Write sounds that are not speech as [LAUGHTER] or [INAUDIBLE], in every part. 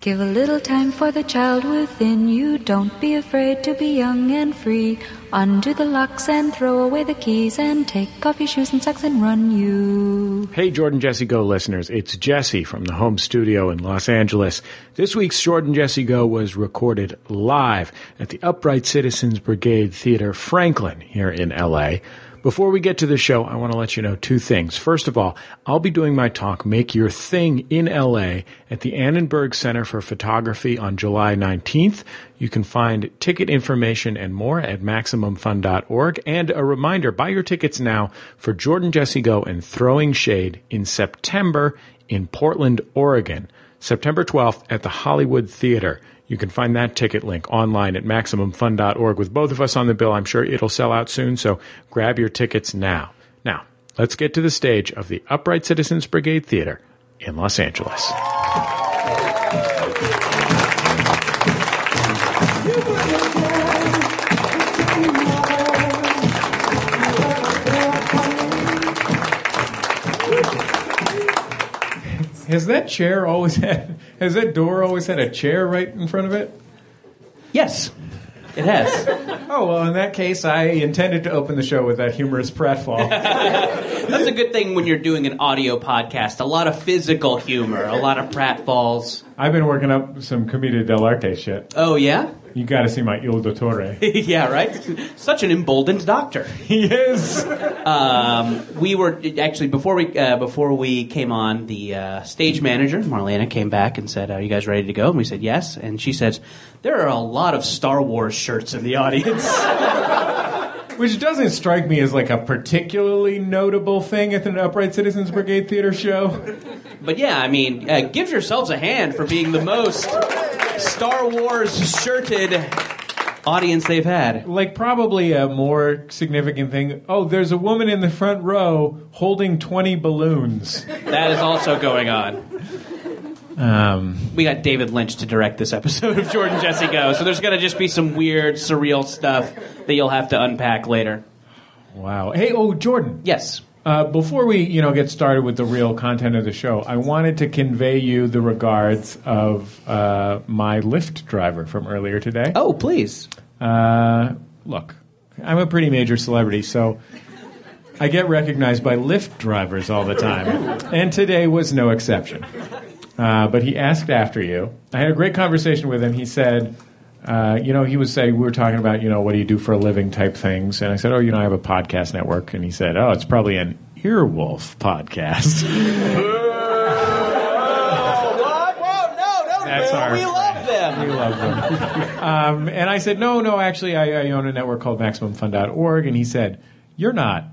Give a little time for the child within you. Don't be afraid to be young and free. Undo the locks and throw away the keys and take off your shoes and socks and run you. Hey, Jordan Jesse Go listeners, it's Jesse from the home studio in Los Angeles. This week's Jordan Jesse Go was recorded live at the Upright Citizens Brigade Theater Franklin here in LA. Before we get to the show, I want to let you know two things. First of all, I'll be doing my talk, Make Your Thing in LA at the Annenberg Center for Photography on July 19th. You can find ticket information and more at MaximumFun.org. And a reminder, buy your tickets now for Jordan Jesse Go and Throwing Shade in September in Portland, Oregon. September 12th at the Hollywood Theater. You can find that ticket link online at MaximumFun.org. With both of us on the bill, I'm sure it'll sell out soon, so grab your tickets now. Now, let's get to the stage of the Upright Citizens Brigade Theater in Los Angeles. Has that chair always had? Has that door always had a chair right in front of it? Yes, it has. Oh well, in that case, I intended to open the show with that humorous pratfall. That's a good thing when you're doing an audio podcast. A lot of physical humor, a lot of pratfalls. I've been working up some commedia dell'arte shit. Oh yeah, You got to see my Il Dottore. [LAUGHS] yeah, right. Such an emboldened doctor. he is. We were actually before we uh, before we came on, the uh, stage manager Marlena came back and said, "Are you guys ready to go?" And we said, "Yes." And she says, "There are a lot of Star Wars shirts in the [LAUGHS] audience." Which doesn't strike me as like a particularly notable thing at an Upright Citizens Brigade Theater show. But yeah, I mean, uh, give yourselves a hand for being the most Star Wars shirted audience they've had. Like, probably a more significant thing oh, there's a woman in the front row holding 20 balloons. That is also going on. Um, We got David Lynch to direct this episode of Jordan Jesse Go, so there's going to just be some weird, surreal stuff that you'll have to unpack later. wow. Hey, oh, Jordan. Yes. Uh, before we, you know, get started with the real content of the show, I wanted to convey you the regards of uh, my Lyft driver from earlier today. Oh, please. Uh, look, I'm a pretty major celebrity, so I get recognized by Lyft drivers all the time, and today was no exception. Uh, but he asked after you. I had a great conversation with him. He said, uh, you know, he was saying, we were talking about, you know, what do you do for a living type things. And I said, oh, you know, I have a podcast network. And he said, oh, it's probably an earwolf podcast. What? Whoa, no, no, That's our we love them. we love them. um, and I said, no, no, actually, I, I own a network called MaximumFun.org. And he said, you're not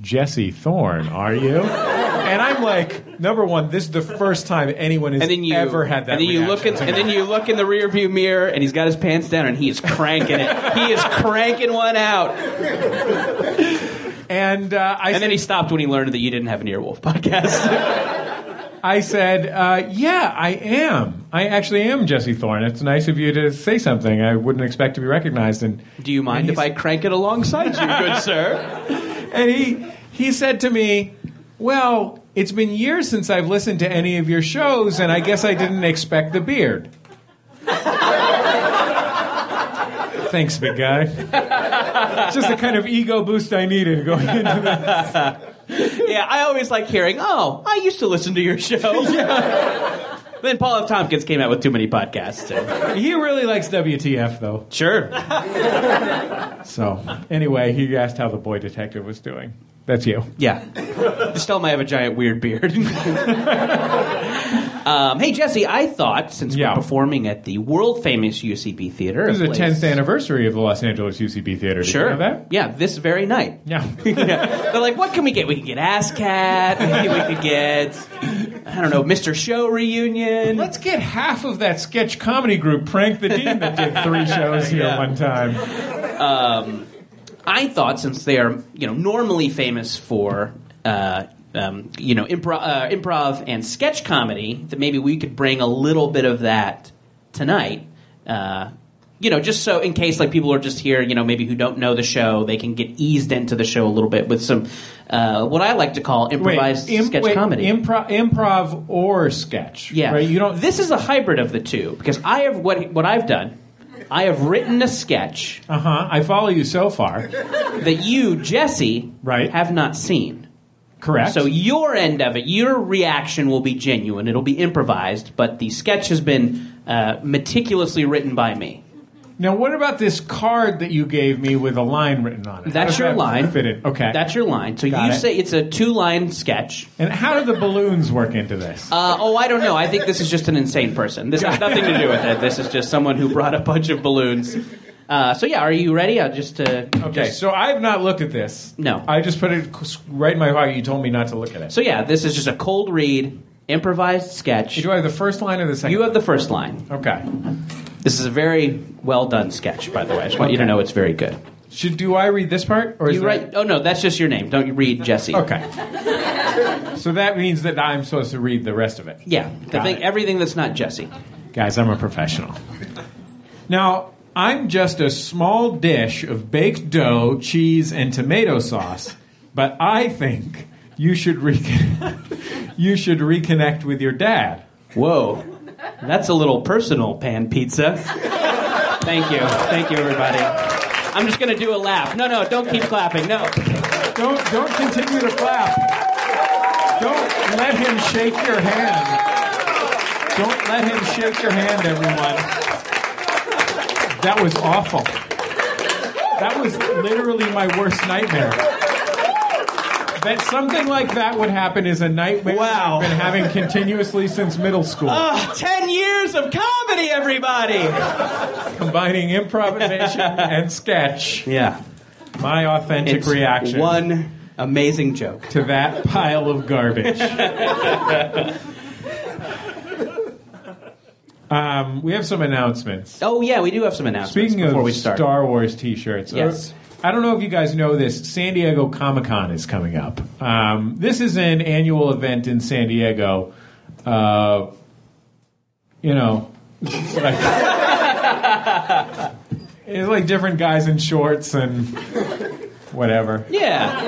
Jesse Thorne, are you? And I'm like, number one, this is the first time anyone has And then you ever had that. And then you look reaction in, to and me. then you look in the rearview mirror, and he's got his pants down, and he is cranking it. he is cranking one out. and uh, I And said, then he stopped when he learned that you didn't have an earwolf podcast. I said, uh, yeah, I am. I actually am Jesse Thorne. It's nice of you to say something. I wouldn't expect to be recognized. And [LAUGHS] Do you mind And if I he's- crank it alongside you, good sir? and he he said to me, "Well, it's been years since I've listened to any of your shows, and I guess I didn't expect the beard." Thanks, big guy. Just the kind of ego boost I needed going into the Yeah, I always like hearing, oh, I used to listen to [LAUGHS] your show. [LAUGHS] Then Paul F. Tompkins came out with too many podcasts. so- He really likes WTF though. Sure. So anyway, he asked how the boy detective was doing. That's you. Yeah. Just tell him I have a giant weird beard. [LAUGHS] um, hey, Jesse, I thought since Yeah. we're performing at the world famous UCB Theater. This is a the place- 10th anniversary of the Los Angeles UCB Theater. Did you Sure. know that? Yeah, this very night. [LAUGHS] Yeah. Yeah. They're like, what can we get? We can get Ass Cat. Maybe we could get, I don't know, Mr. Show reunion. Let's get half of that sketch comedy group, Prank the Dean, that did three shows here Yeah. one time. I thought since they are you know normally famous for uh, um, you know improv, uh, improv and sketch comedy, that maybe we could bring a little bit of that tonight. Uh, you know, just so in case like people are just here, you know, maybe who don't know the show, they can get eased into the show a little bit with some uh, what I like to call improvised Wait, im- sketch wait, comedy. Improv, improv or sketch. yeah, Right? You don't. This is a hybrid of the two because I have what what I've done. I have written a sketch Uh huh. I follow you so far. that you, Jesse, Right. have not seen. Correct. So your end of it, your reaction will be genuine. It'll be improvised, but the sketch has been uh, meticulously written by me. now, what about this card that you gave me with a line written on it? How That's does your that line. Fit in? Okay. That's your line. So Got you it. say it's a two-line sketch. and how do the balloons work into this? Uh, oh, I don't know. I think this is just an insane person. This has nothing to do with it. This is just someone who brought a bunch of balloons. Uh, so yeah, are you ready? I'll just uh, okay. so I've not looked at this. No. I just put it right in my pocket. You told me not to look at it. So yeah, this is just a cold read, improvised sketch. do I have the first line or the second? You have the first line. Okay. This is a very well done sketch, by the way. I just want you to know it's very good. Should do I read this part or is You that- Oh. write? Oh no, that's just your name. Don't you read Jesse? Okay. so that means that I'm supposed to read the rest of it. Yeah, the Got thing, it. everything that's not Jesse. Guys, I'm a professional. Now, I'm just a small dish of baked dough, cheese, and tomato sauce, but I think you should recon- [LAUGHS] you should reconnect with your dad. Whoa, that's a little personal pan pizza. Thank you, thank you, everybody. I'm just gonna do a laugh. No, no, don't keep clapping. No, Don't don't continue to clap. Don't let him shake your hand. Don't let him shake your hand, everyone. That was awful. That was literally my worst nightmare. That something like that would happen is a nightmare Wow. Oh. I've been having continuously since middle school. ten years of comedy, everybody. Combining improvisation and sketch, Yeah, my authentic reaction One amazing joke. to that pile of garbage. um, we have some announcements. Oh yeah, we do have some announcements Speaking before of we start. Star Wars T-shirts, Yes. uh, I don't know if you guys know this. San Diego Comic Con is coming up. Um, this is an annual event in San Diego. Uh, you know, [LAUGHS] like, it's like different guys in shorts and whatever. Yeah,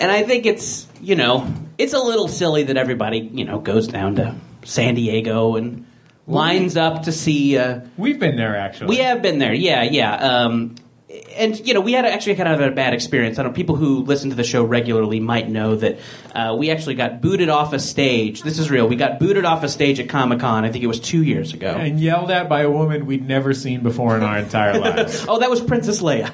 and I think it's you know it's a little silly that everybody you know goes down to San Diego and lines up to see. Uh, We've been there actually. We have been there. Yeah, yeah. Um, and you know, we had actually kind of a bad experience. I don't. People who listen to the show regularly might know that uh, we actually got booted off a stage. This is real. We got booted off a stage at Comic Con. I think it was two years ago. and yelled at by a woman we'd never seen before in our [LAUGHS] entire lives. Oh, that was Princess Leia.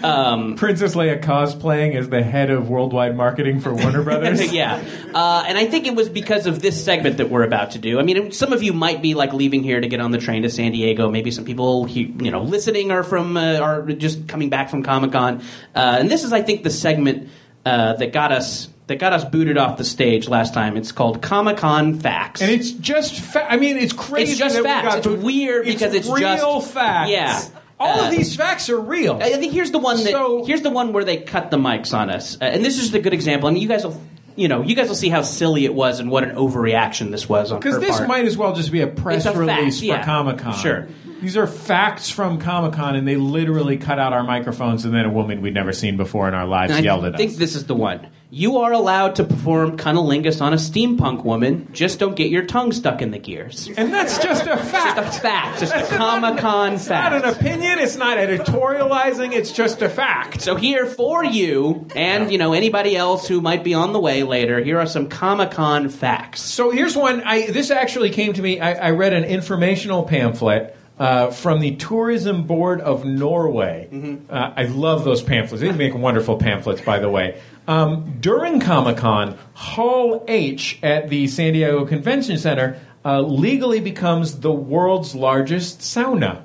Princess Leia cosplaying as the head of worldwide marketing for Warner Brothers. [LAUGHS] yeah, uh, and I think it was because of this segment that we're about to do. I mean, some of you might be like leaving here to get on the train to San Diego. Maybe some people he- you know listening are from uh, are just coming back from Comic Con, uh, and this is I think the segment uh, that got us that got us booted off the stage last time. It's called Comic Con Facts. And it's just fa- I mean, it's crazy. It's just that we facts. got It's boot- weird because it's real just- facts. yeah. All Uh, of these facts are real. I I think here's the one that So- here's the one where they cut the mics on us, uh, and this is just a good example. And you guys will, you know, you guys will see how silly it was and what an overreaction this was on Because her this part. might as well just be a press It's a fact, release yeah. for Comic Con. Sure. These are facts from Comic Con, and they literally cut out our microphones, and then a woman we'd never seen before in our lives And I yelled at think us. this is the one. You are allowed to perform cunnilingus on a steampunk woman. Just don't get your tongue stuck in the gears. and [LAUGHS] that's just a fact. Just a fact. Just a That's Comic Con not an fact. opinion. It's not editorializing. It's just a fact. So here for you and you know anybody else who might be on the way later. Here are some Comic Con facts. So here's one. I this actually came to me. I, I read an informational pamphlet. Uh, from the Tourism Board of Norway. Uh, I love those pamphlets. They make wonderful pamphlets, by the way. Um, during Comic Con, Hall H at the San Diego Convention Center uh, legally becomes the world's largest sauna.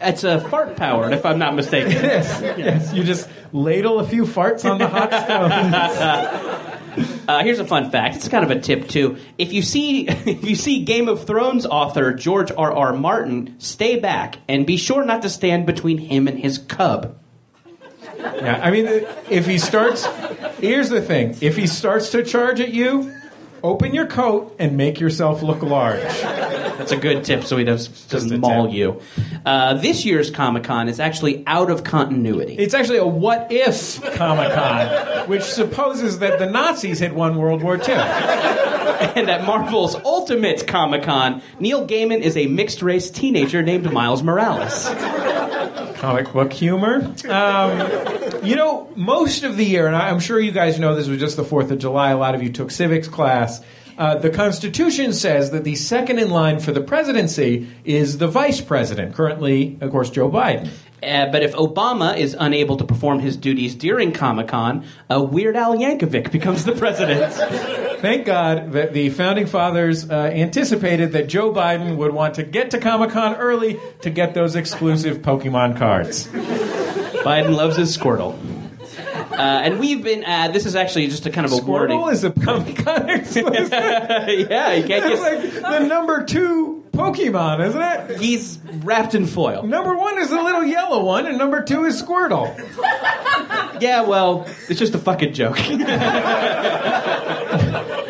It's a fart powered, if I'm not [LAUGHS] mistaken. Yes, yes. You just ladle a few farts on the hot stones. Uh, here's a fun fact. It's kind of a tip too. If you see [LAUGHS] if you see Game of Thrones author George R. R. Martin, stay back and be sure not to stand between him and his cub. Yeah, I mean, if he starts, here's the thing: if he starts to charge at you, open your coat and make yourself look large. That's a good tip so he does, a doesn't maul tip. you. Uh, this year's Comic Con is actually out of continuity. It's actually a what if Comic Con, which supposes that the Nazis had won World War II. [LAUGHS] and at Marvel's Ultimate Comic Con, Neil Gaiman is a mixed race teenager named [LAUGHS] Miles Morales. Uh, Comic book humor. Um, you know, most of the year, and I- I'm sure you guys know this was just the 4th of July, a lot of you took civics class. Uh, the Constitution says that the second in line for the presidency is the vice president, currently, of course, Joe Biden. Uh, but if Obama is unable to perform his duties during Comic Con, uh, Weird Al Yankovic becomes [LAUGHS] the president. Thank God that the founding fathers uh, anticipated that Joe Biden would want to get to Comic Con early to get those exclusive Pokemon cards. Biden loves his Squirtle. Uh, and we've been. Uh, this is actually just a kind of a warning. [LAUGHS] [LAUGHS] Squirtle is a Comic Con exclusive. yeah, you can't It's get. like the number two Pokemon, isn't it? He's wrapped in foil. Number one is the little yellow one, and number two is Squirtle. Yeah, well, it's just a fucking joke.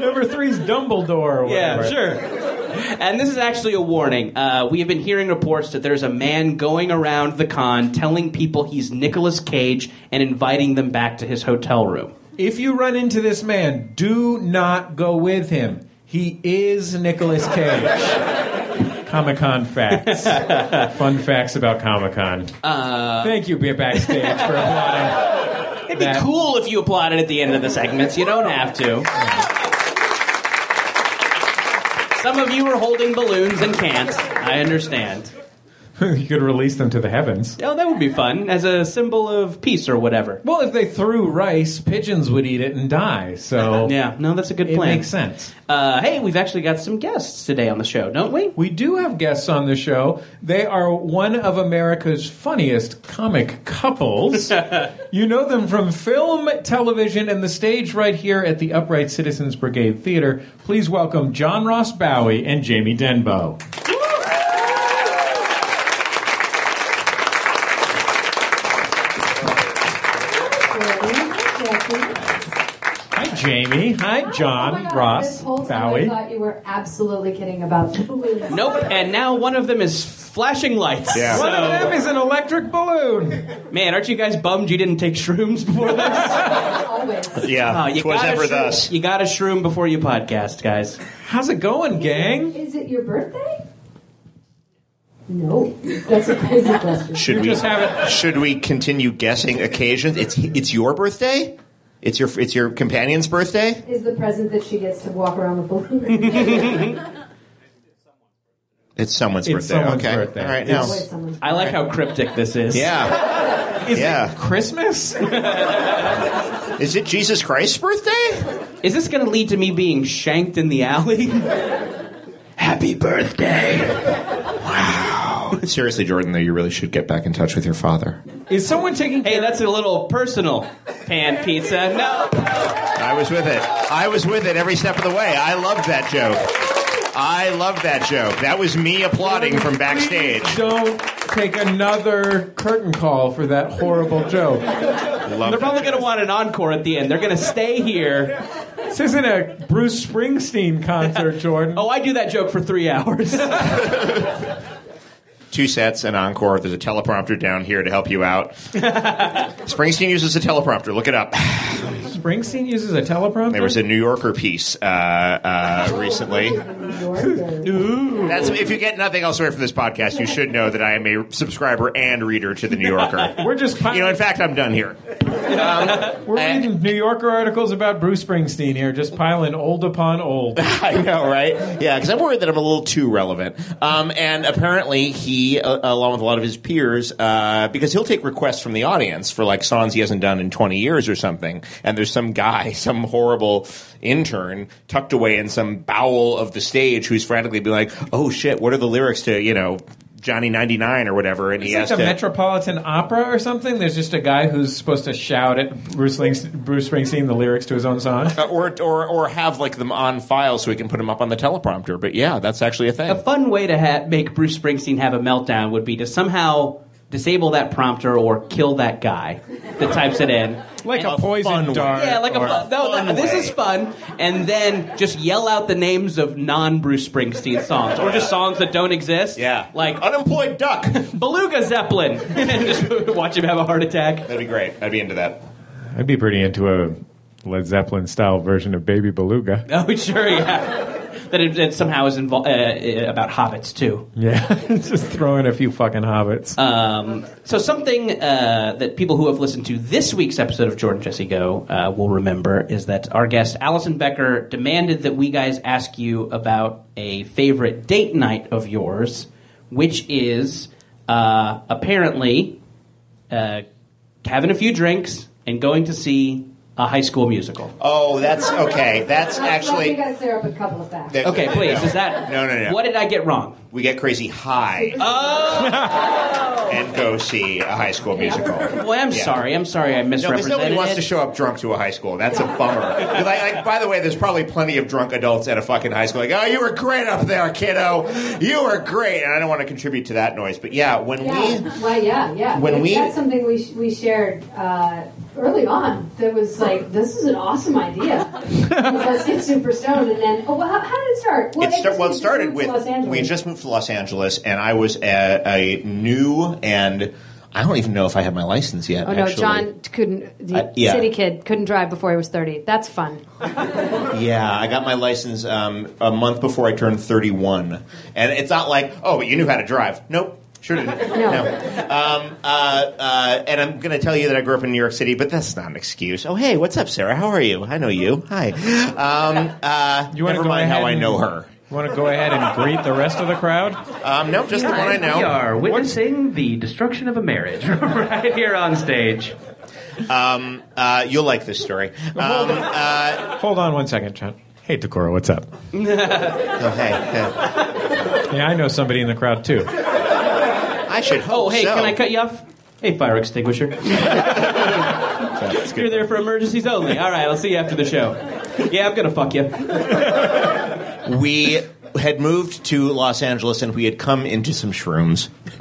Number three is Dumbledore. Or whatever. Yeah, sure. And this is actually a warning. Uh, we have been hearing reports that there's a man going around the con telling people he's Nicolas Cage and inviting them back to his hotel room. If you run into this man, do not go with him. He is Nicolas Cage. Comic Con [LAUGHS] facts. Fun facts about Comic Con. Thank you, Be Backstage, for applauding. Uh, It'd be That- cool if you applauded at the end of the segments. You don't have to. Some of you are holding balloons and can't. I understand. [LAUGHS] you could release them to the heavens. Oh, that would be fun as a symbol of peace or whatever. Well, if they threw rice, pigeons would eat it and die, so Yeah, no, that's a good it plan. makes sense. Uh, hey, we've actually got some guests today on the show, don't we? We do have guests on the show. They are one of America's funniest comic [LAUGHS] couples. you know them from film, television, and the stage right here at the Upright Citizens Brigade Theater. Please welcome John Ross Bowie and Jamie Denbo. Hi, Jamie. Hi, John Oh Ross I Bowie. thought you were absolutely kidding about the balloons. Nope. And now one of them is flashing lights. Yeah. One of them So, is an electric balloon. man, aren't you guys bummed you didn't take shrooms before this? Always. Oh, Uh, Yeah, you [LAUGHS] it was gotta never shroom- thus. You got a shroom before you podcast, guys. How's it going, gang? Is it your birthday? No. That's a crazy question. Should We we just have it. should we continue guessing occasions? It's it's your birthday. It's your it's your companion's birthday. Is the present that she gets to walk around with balloons? [LAUGHS] It's someone's It's birthday. someone's okay, birthday. all right now. Wait, someone's I like how cryptic this is. Yeah, Is Yeah. it Christmas? is it Jesus Christ's birthday? [LAUGHS] Is this going to lead to me being shanked in the alley? [LAUGHS] Happy birthday. Seriously, Jordan, though, you really should get back in touch with your father. Is someone taking Hey, that's a little personal. Pan pizza. No. I was with it. I was with it every step of the way. I loved that joke. I loved that joke. That was me applauding from backstage. Don't take another curtain call for that horrible joke. Loved They're it. probably going to want an encore at the end. They're going to stay here. This isn't a Bruce Springsteen concert, Jordan. Oh, I do that joke for three hours. [LAUGHS] two sets and encore. There's a teleprompter down here to help you out. Springsteen uses a teleprompter. Look it up. Springsteen uses a teleprompter. There was a New Yorker piece uh, uh, recently. New Yorker. That's if you get nothing else away from this podcast, you should know that I am a subscriber and reader to the New Yorker. We're just You know, in fact, I'm done here. we're reading New Yorker articles about Bruce Springsteen here, just piling old upon old. [LAUGHS] I know, right? Yeah, because I'm worried that I'm a little too relevant. Um, and apparently, he, uh, along with a lot of his peers, uh, because he'll take requests from the audience for like songs he hasn't done in 20 years or something. And there's some guy, [LAUGHS] some horrible intern, tucked away in some bowel of the stage who's frantically being like, "Oh shit, what are the lyrics to you know Johnny 99 or whatever?" And he It's has like the to. Metropolitan Opera or something. There's just a guy who's supposed to shout at Bruce, Lings- Bruce Springsteen the lyrics to his own song. uh, or, or or have like them on file so we can put them up on the teleprompter. But yeah, that's actually a thing. A fun way to ha- make Bruce Springsteen have a meltdown would be to somehow disable that prompter or kill that guy that types it in. Like a And- poison dart. Yeah, like a or- fun, no. fun no, this way. is fun, and then just yell out the names of non Bruce Springsteen songs, or just songs that don't exist. Yeah. like unemployed duck. That'd Beluga Zeppelin, [LAUGHS] and just watch him have a heart attack. [LAUGHS] be great. I'd be into that. I'd be pretty into a Led Zeppelin style version of Baby Beluga. Oh, sure, yeah. That it, it somehow is involved uh, uh, about hobbits too. Yeah, [LAUGHS] just throw in a few fucking hobbits. Um, so something uh, that people who have listened to this week's episode of Jordan Jesse Go uh, will remember is that our guest Allison Becker demanded that we guys ask you about a favorite date night of yours, which is uh, apparently uh, having a few drinks and going to see a high school musical. Oh, that's okay. That's you actually got to clear up a couple of facts. that- Okay, no, please. no. Is that [LAUGHS] No, no, no. What did I get wrong? we get crazy high Oh, and go see a high school musical. Boy, I'm Yeah. sorry. I'm sorry. I No, because misrepresented. nobody wants to it. show up drunk to a high school. That's a bummer. 'Cause I- I- by the way, there's probably plenty of drunk adults at a fucking high school. Like, oh, you were great up there, kiddo. You were great. And I don't want to contribute to that noise. But yeah, when we. Yeah, well, yeah, yeah. When Like, we- that's something we sh- we shared uh, early on. That was like, this is an awesome idea. Let's get super stoned, and then oh, well, how, how did it start? it, guess start, we well, it just started moved to with Los Angeles. we had just moved to Los Angeles, and I was a, a new and I don't even know if I had my license yet. Oh no, actually. John couldn't. The Uh, yeah. city kid couldn't drive before he was thirty. That's fun. Yeah, I got my license um, a month before I turned 31, and it's not like oh, but you knew how to drive. Nope, sure didn't. [LAUGHS] No. Um, uh, uh, and I'm going to tell you that I grew up in New York City, but that's not an excuse. Oh hey, what's up, Sarah? How are you? I know you. Hi. Um, uh, You wanna never go mind how ahead I and- know her. Want to go ahead and greet the rest of the crowd? Um, no, just the one I know. We are witnessing the destruction of a marriage [LAUGHS] right here on stage. Um, uh, you'll like this story. Um, uh, Hold on one second, John. Hey, Decorah, what's up? Oh, hey, hey. Yeah, I know somebody in the crowd too. I should hope Oh, hey, so. can I cut you off? Hey, fire extinguisher. You're there for emergencies only. All right, I'll see you after the show. Yeah, I'm gonna fuck Uh, you. We had moved to Los Angeles and we had come into some shrooms. [LAUGHS]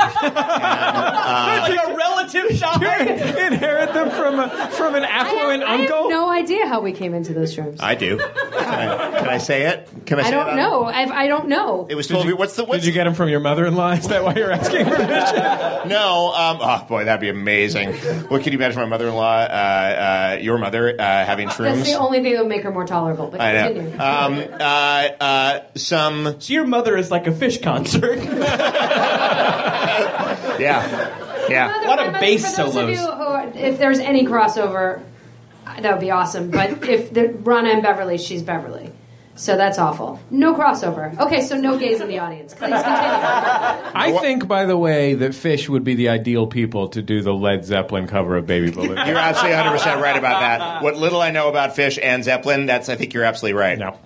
like a relative shop. [LAUGHS] Inherit them from a, from an affluent I have uncle. no idea how we came into those rooms. I, I um, do. Can I, can I say it? Can I? Say it don't on- know. I've, I don't know. It was told me. What's the? What's Did you get them from your mother-in-law? Is that why you're asking permission? No. Um, oh boy, that'd [LAUGHS] be amazing. What can you imagine? My mother-in-law, uh, uh, your mother, uh, having That's shrooms. the only thing that would make her more tolerable. But I know. continue. Um, uh, uh, some. So your mother is like a fish concert. [LAUGHS] Yeah. Yeah. Mother- What a my mother- bass for those of solos. you who are- if there's any crossover, uh, that would be [LAUGHS] awesome. But if the, Rana and Beverly, she's Beverly. So that's awful. No crossover. Okay, so no gays in the audience. Please continue. I think, by the way, that Fish would be the ideal people to do the Led Zeppelin cover of Baby [LAUGHS] Beluga. You're absolutely 100 percent right about that. What little I know about Fish and Zeppelin, that's I think you're absolutely right. No.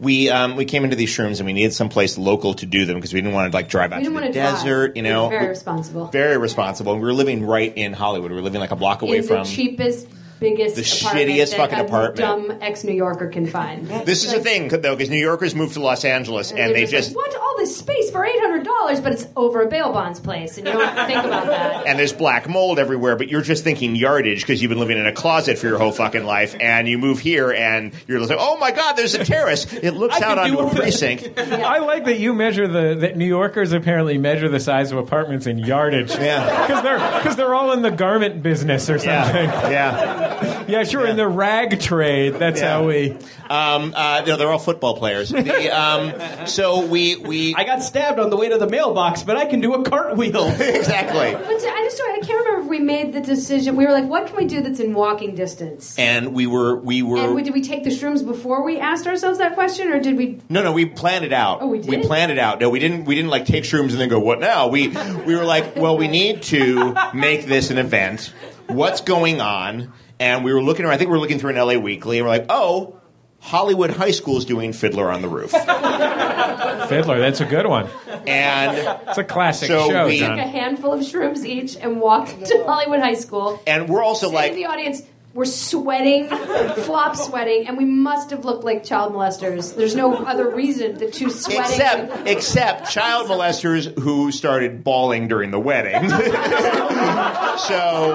We um, we came into these shrooms and we needed someplace local to do them because we didn't want to like drive out We to don't the want to desert. You know, very We- responsible. very responsible. And we were living right in Hollywood. We were living like a block away in from. the cheapest, biggest, The apartment shittiest that fucking a apartment. Dumb ex New Yorker can find. This is the thing though, because New Yorkers moved to Los Angeles and, They're they like, just. what all this space for eight hundred dollars, but it's over a bail bonds place, and you don't think about that. and there's black mold everywhere, but you're just thinking yardage because you've been living in a closet for your whole fucking life, and you move here and you're like, oh my god, there's a terrace. It looks I out can onto do a it. [LAUGHS] precinct. I like that you measure the that New Yorkers apparently measure the size of apartments in [LAUGHS] yardage. Yeah. because they're because they're all in the garment business or something. [LAUGHS] Yeah, Yeah, yeah. sure, in the rag trade. That's Yeah. how we. Um, uh, no, they're all football players. The, um, so we we I got stabbed on the way to the mailbox, but I can do a [LAUGHS] cartwheel. exactly. But I just don't, I can't remember if we made the decision. We were like, what can we do that's in walking distance? And we were we were And we, did we take the shrooms before we asked ourselves that question, or did we? No, no, we planned it out. Oh, we did? planned it out. No, we didn't. We didn't like take shrooms and then go, "What now?" We we were like, "Well, we need to make this an event. What's going on?" And we were looking around. I think we were looking through an LA Weekly, and we're like, "Oh, Hollywood High School's doing Fiddler on the Roof," Fiddler, that's a good one. and It's a classic So show, we- Took John. a handful of shrooms each and walked to Hollywood High School. and we're also Say to the like, audience, We're sweating, [LAUGHS] flop sweating, and we must have looked like child molesters. There's no other reason the two sweating. Except, except child molesters who started bawling during the wedding. [LAUGHS] so [LAUGHS]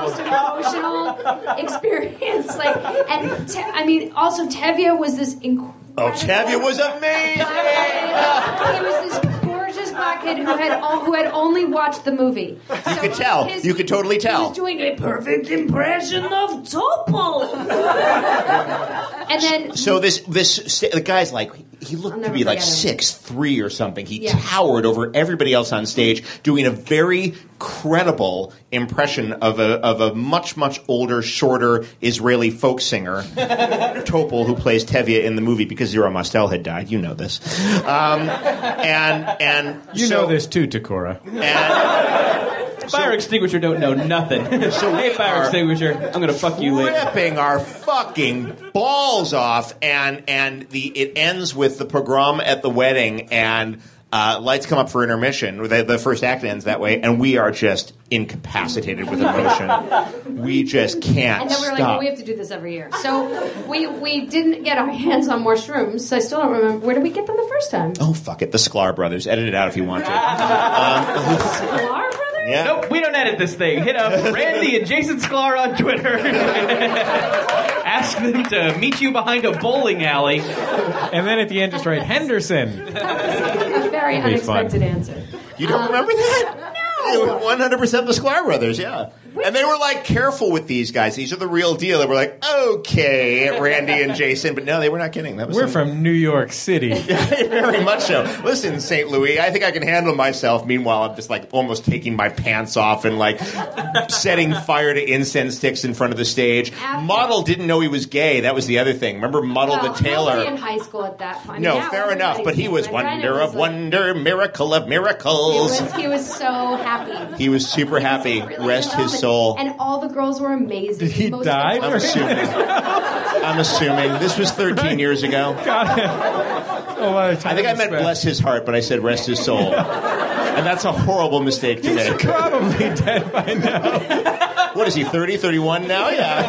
most emotional experience. Like, and Te- I mean, also Tevye was this incredible. Octavia Oh, was amazing. He was this gorgeous black kid who had o- who had only watched the movie. So You could tell. his- You could totally He tell. was doing a perfect impression of Topo. and then So this this the guy's like he I'll looked to never be like forget him. six three or something. He Yeah. towered over everybody else on stage, doing a very credible impression of a of a much much older, shorter Israeli folk singer, [LAUGHS] Topol, who plays Tevye in the movie because Zero Mostel had died. You know this, um, and and You so- know this too, Takora. [LAUGHS] And Fire extinguisher don't know nothing. [LAUGHS] hey, fire extinguisher, I'm gonna fuck you later. ripping our fucking balls off, and and the it ends with the pogrom at the wedding, and uh, lights come up for intermission. The, the first act ends that way, and we are just incapacitated with emotion. we just can't And then we were like, well, stop. we have to do this every year. So we we didn't get our hands on more shrooms. So I still don't remember where did we get them the first time. Oh fuck it, the Sklar brothers. Edit it out if you want to. Um, Sklar brothers. yeah. Nope, we don't edit this thing. Hit up Randy and Jason Sklar on Twitter. [LAUGHS] Ask them to meet you behind a bowling alley. And then at the end, just write Henderson. A very That'd be fun. unexpected answer. You don't remember that? Um, no. They were 100% the Sklar brothers, yeah. And they were like careful with these guys. These are the real deal. They were like, okay, Randy and Jason. But no, they were not kidding. That was We're some- from New York City. [LAUGHS] Very much so. Listen, St. Louis, I think I can handle myself. Meanwhile, I'm just like almost taking my pants off and like setting fire to incense sticks in front of the stage. After- Model didn't know he was gay. That was the other thing. Remember Muddle Well, the nobody in Tailor? high school at that point. I mean, No, now fair enough, everybody but he did, was Brennan wonder was of like- wonder, miracle of He miracles. was, he was so happy. He was super happy. Really Rest his phenomenal. soul. And all the girls were amazing. Did he Most die? I'm assuming. I'm assuming. This was 13 years ago. A lot of I think I times, meant but- bless his heart, but I said rest his soul. And that's a horrible mistake to make. Probably dead by now. What is he, 30, 31 now? [LAUGHS] Yeah.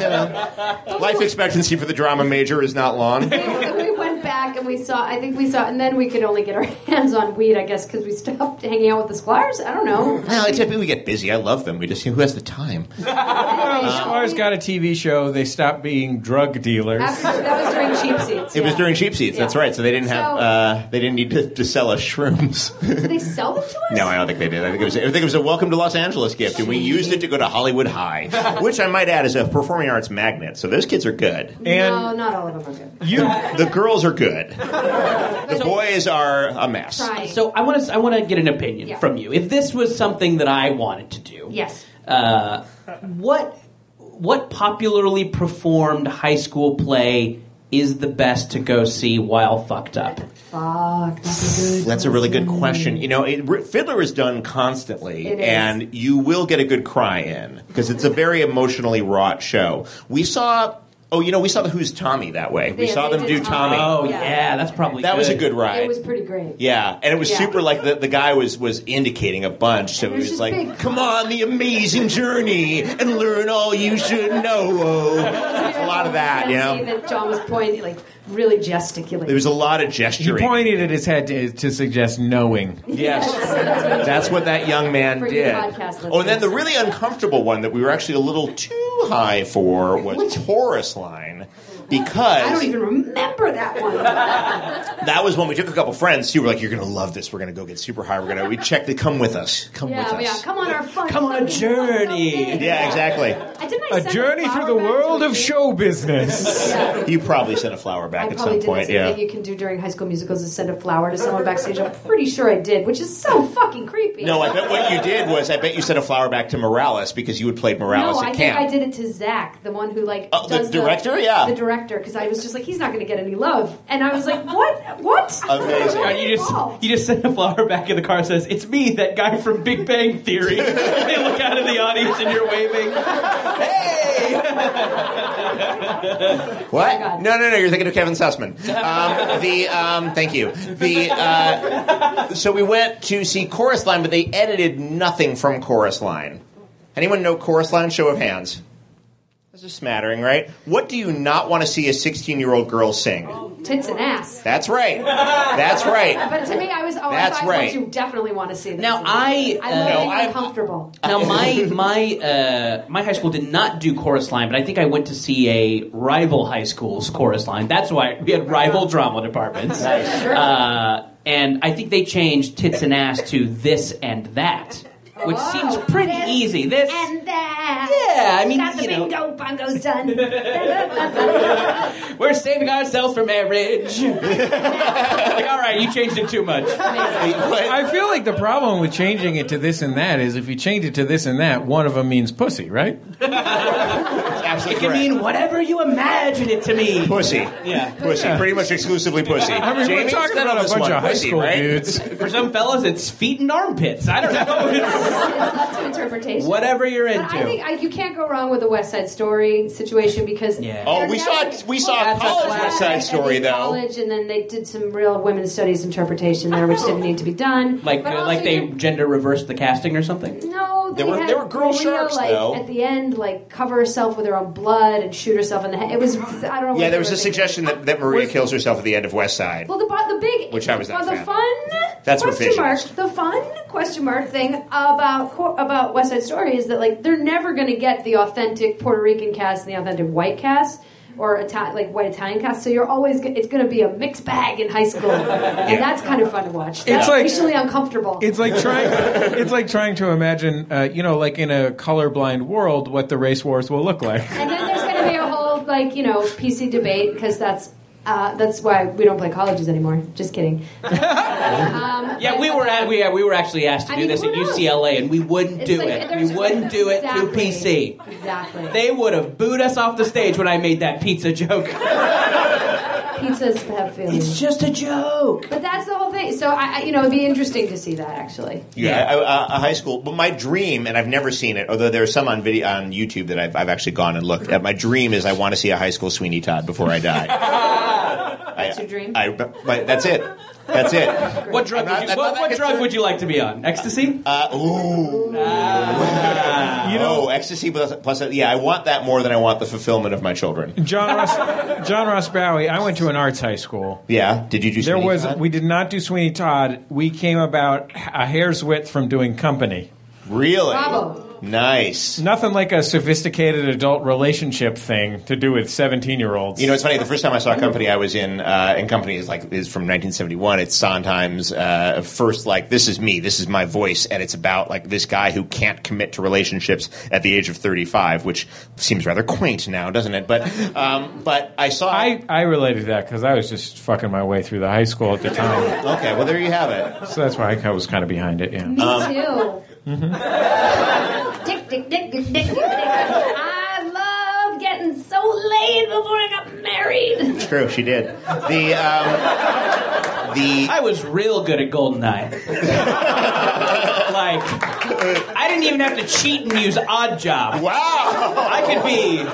you know. Life expectancy for the drama major is not long. we went back and we saw. I think we saw, and then we could only get our [LAUGHS] hands on weed, I guess, because we stopped hanging out with the Squires. I don't [LAUGHS] know. Well, it's, we get busy. I love them. We just, who has the time? Well, the Squires got a TV show. They stopped being drug dealers. After, that was during cheap seats. It was yeah. during cheap seats. That's Yeah. right. So they didn't have, So- uh, they didn't need to, to sell us shrooms. Did they sell them to us? [LAUGHS] No, I don't think they did. I think it was. I think it was a welcome to Los Angeles gift, and we used it to go to Hollywood [LAUGHS] High, which I might add is a performing arts magnet. So those kids are good. No, and not all of them are good. you, The girls are good. The boys are a mess. Trying. So I want to I want to get an opinion Yeah. from you. If this was something that I wanted to do, yes. uh, what what popularly performed high school play is the best to go see while fucked up? Fuck. That's a good. That's a really good question. You know, it, r- Fiddler is done constantly, It is. and you will get a good cry in because it's a very emotionally wrought show. We saw, oh, you know, we saw the Who's Tommy that way. We Yeah, saw they them do did Tommy. Tommy. Oh yeah, Yeah. that's probably that was a good ride. It was pretty great. Yeah, and it was Yeah. super like the, the guy was was indicating a bunch, so And it he was was, just like, big. "Come on, the amazing journey, and learn all you should know." There's a lot of that, you See know. that John was pointing, like really gesticulating. There was a lot of he gesturing. pointed at his head to, to suggest knowing. Yes, that's what that young man For you did. podcast Oh, and then the listeners. really uncomfortable one that we were actually a little too high for was Taurus Line, I because don't even remember that one. that was when we took a couple friends who were like, "You're gonna love this. We're gonna go get super high. We're gonna we checked it. Come with us. Come with Yeah, us." yeah. Come on, our fun. Come on a journey. yeah, exactly. I didn't. I A send journey flower through the back to world you? of show business. You probably sent a flower I back at probably some did point. the same yeah. thing you can do during high school musicals is send a flower to someone backstage. I'm pretty sure I did, which is so fucking creepy. No, I bet what you did was I bet you sent a flower back to Morales because you had played Morales No, at I think camp. I did it to Zach, the one who like Oh, the does director? Yeah. the director, because I was just like, he's not going to get any love, and I was like, what, what? Oh, Amazing. [LAUGHS] God, Uh, you just you just send a flower back in the car. and Says it's me, that guy from Big Bang Theory. [LAUGHS] they look out at the audience and you're waving. Oh What? God. no, no, no. You're thinking of [LAUGHS] Kevin Sussman. Um, the um, thank you. The uh, so we went to see Chorus Line, but they edited nothing from Chorus Line. Anyone know Chorus Line? Show of hands. That's a smattering, right? What do you not want to see a 16 year old girl sing? Oh. Tits and ass. That's right. That's right. [LAUGHS] But to me, I was always That's I right. you definitely want to see this. Now, I, I love uh, being No, I- uncomfortable. Now my my uh, my high school did not do chorus line, but I think I went to see a rival high school's chorus line. That's why we had rival drama [LAUGHS] departments. Uh, and I think they changed tits and ass to this and that, which seems pretty easy. This Oh, and that. Yeah, I mean, got the you know. bingo [LAUGHS] bongos done. we're saving ourselves for [LAUGHS] marriage. like, all right, you changed it too much. But- I feel like the problem with changing it to this and that is if you change it to this and that, one of them means pussy, right? It absolutely can correct. mean whatever you imagine it to mean. Pussy. Yeah. Pussy. Pretty much exclusively pussy. I mean, Jamie, we're talking stand on about a this bunch one. of high Pussy, school right? dudes. For some fellas, it's feet and armpits. I don't know. [LAUGHS] It's up to interpretation. whatever you're into. But I think I, you can't go wrong with a West Side Story situation because Yeah. Oh, they're we now- saw we saw That's a college classic. West Side Story and then though. College, and then they did some real women's studies interpretation there, which didn't need to be done. [LAUGHS] Like But uh, also like they you- gender reversed the casting or something. No, they There were- had there were girl Maria, sharks, like, though. At the end, like cover herself with her own blood and shoot herself in the head. It was I don't know. what Yeah, they there was were a thinking. suggestion that, that Maria kills herself at the end of West Side. Well, the bo- the big Which I was not well, a the fan. fun That's question mark revisionist. the fun question mark thing about co- about West Side Story is that like they're never going to get the authentic Puerto Rican cast and the authentic white cast or Italian like white Italian cast. So you're always go- it's going to be a mixed bag in high [LAUGHS] school, and that's kind of fun to watch. That's like- racially uncomfortable. It's like trying. it's like trying to imagine, uh, you know, like in a colorblind world, what the race wars will look like. and then there's going to be a whole like you know PC debate because that's. Uh, that's why we don't play colleges anymore. Just kidding. Yeah, we were at, we uh, we were actually asked to I do mean, this who at knows? UCLA, and we wouldn't It's do like- it. there's- We wouldn't do it to Exactly. PC. Exactly. They would have booed us off the stage when I made that pizza [LAUGHS] joke. Pizzas have feelings. it's just a joke. But that's the whole thing. So I, I you know, it'd be interesting to see that actually. Yeah, a- a, a high school. But my dream, and I've never seen it, although there are some on video on YouTube that I've, I've actually gone and looked at. My dream is I want to see a high school Sweeney Todd before [LAUGHS] I die. That's your dream. I, but that's it. That's it. Uh, What drug? I'm not- would you, that's what not that what drug concerned. would you like to be on? Ecstasy? Uh, ooh. Ah. you know, Oh, ecstasy plus, plus. Yeah, I want that more than I want the fulfillment of my children. John Ross, John Ross Bowie. I went to an arts high school. Yeah. Did you do? There Sweeney was Todd? we did not do Sweeney Todd. We came about a hair's width from doing company. really Bravo. nice. Nothing like a sophisticated adult relationship thing to do with seventeen-year-olds. You know, it's funny. The first time I saw a company I was in, uh, and company is like is from 1971. It's Sondheim's uh, first like this is me, this is my voice, and it's about like this guy who can't commit to relationships at the age of 35, which seems rather quaint now, doesn't it? But um, but I saw. I I related to that because I was just fucking my way through the high school at the time, okay, well there you have it. so that's why I was kind of behind it. Yeah. Me Um, [LAUGHS] too. dick, dick, dick, dick, dick, dick, dick. I love getting so laid before I got married. [LAUGHS] It's true. She did the um, the. I was real good at [LAUGHS] Goldeneye. like, I didn't even have to cheat and use Odd Job. Wow! I could be.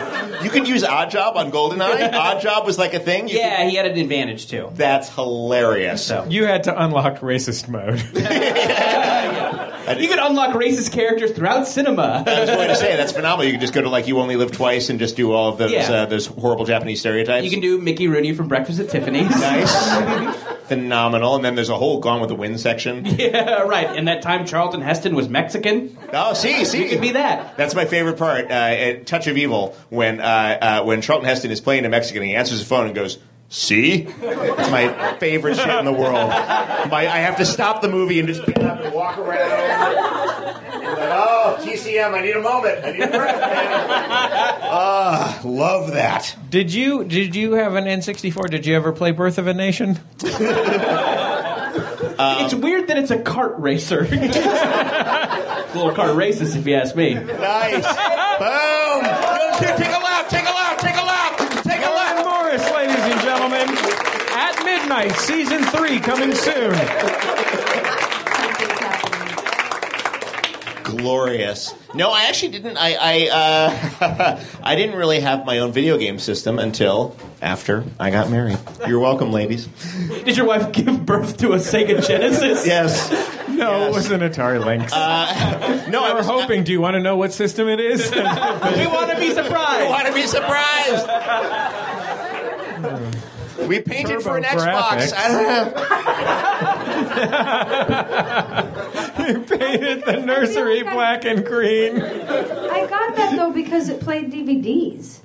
You could use Odd Job on GoldenEye. Odd Job was like a thing. You could- Yeah, he had an advantage too. that's hilarious. So. You had to unlock racist mode. [LAUGHS] You could unlock racist characters throughout I cinema. [LAUGHS] was going to say that's phenomenal. You can just go to like you only live twice and just do all of those Yeah. uh, those horrible Japanese stereotypes. you can do Mickey Rooney from Breakfast at [LAUGHS] Tiffany's. nice, phenomenal. And then there's a whole Gone with the Wind section. Yeah, right. And that time Charlton Heston was Mexican. Oh, see, see, You could be that. That's my favorite part. Uh, at Touch of Evil when uh, uh, when Charlton Heston is playing a Mexican, he answers the phone and goes. See, it's my favorite shit in the world. My, I have to stop the movie and just get up and walk around. And like, oh, TCM, I need a moment. I need a break. Ah, love that. Did you did you have an N64? Did you ever play Birth of a Nation? it's weird that it's a kart [LAUGHS] racer. it's a little kart racist, if you ask me. Nice. Boom. Go to- Take a lap. Take a lap. Take a lap. Take a Alan lap. Morris, ladies and gentlemen, at midnight, season three coming soon. Something's happening. Glorious. No, I actually didn't. I I uh, [LAUGHS] I didn't really have my own video game system until after I got married. You're welcome, ladies. [LAUGHS] Did your wife give birth to a Sega Genesis? Yes. No, Yes. it was an Atari Lynx. No, I we were was hoping. Do you want to know what system it [LAUGHS] is? we want to be I surprised. want to be [LAUGHS] surprised. We painted for an Turbo Xbox. graphics. I don't know. Painted the nursery black and green. I got that though because it played DVDs.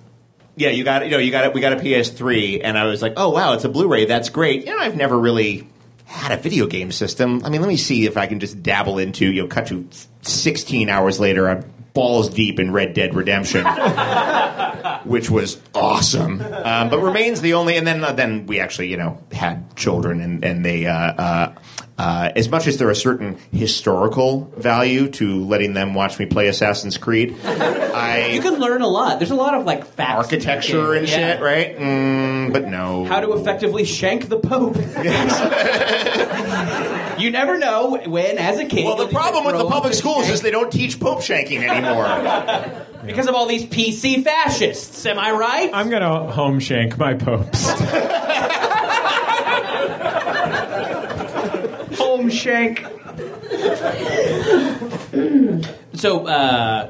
Yeah, you got it. You know, you got it. We got a PS3, and I was like, "Oh wow, it's a Blu-ray. That's great." You know, I've never really had a video game system. I mean, let me see if I can just dabble into. You know, cut to 16 hours later, I'm balls deep in Red Dead Redemption, [LAUGHS] which was awesome. Um, but remains the only. And then, uh, then we actually, you know, had children, and and they. Uh, uh, uh, as much as there are certain historical value to letting them watch me play Assassin's Creed, I You can learn a lot. There's a lot of like facts, architecture and Yeah. shit, right? Mm, but no. How to effectively shank the [LAUGHS] Pope. you never know when, as a kid. Well, the you'll problem with the grow up public and schools shank- is they don't teach pope shanking [LAUGHS] anymore. because of all these PC fascists. Am I right? I'm gonna home shank my popes. home shank. so, uh,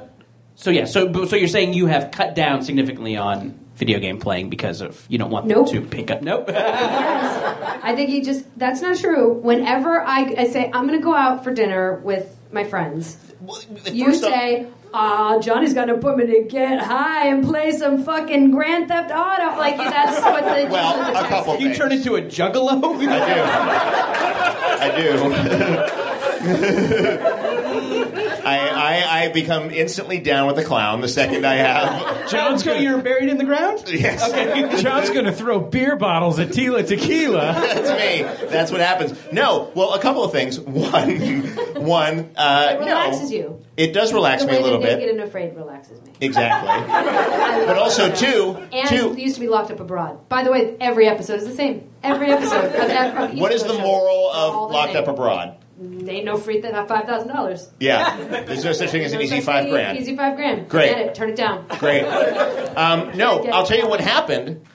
so yeah. So, so you're saying you have cut down significantly on video game playing because of you don't want Nope. them to pick up. [LAUGHS] Nope. I think you just, that's not true. Whenever I, I say, I'm going to go out for dinner with my friends, you First off- say, Ah, Johnny's got an appointment to get high and play some fucking Grand Theft Auto. Like that's what the well, a couple. you things. turn into a juggalo. I do. [LAUGHS] [LAUGHS] I, I, I become instantly down with the clown the second I have. [LAUGHS] John's [LAUGHS] so gonna, you're buried in the ground. Yes. John's gonna throw beer bottles at Tila Tequila. That's me. That's what happens. No. Well, a couple of things. One, [LAUGHS] one. Uh, It relaxes no. you. It does relax The me way a little that bit. naked and afraid relaxes me. Exactly. But also [LAUGHS] two, and two. used to be locked up abroad. By the way, every episode is the same. Every episode. of ev- of each What is of the those shows. moral They're all of the locked same. up abroad? They ain't no free thing. Not five thousand dollars. Yeah, there's no such thing as an easy five grand. Easy five grand. Great. Oh Forget it. Turn it down. Great. Um, no, I'll tell you what happened.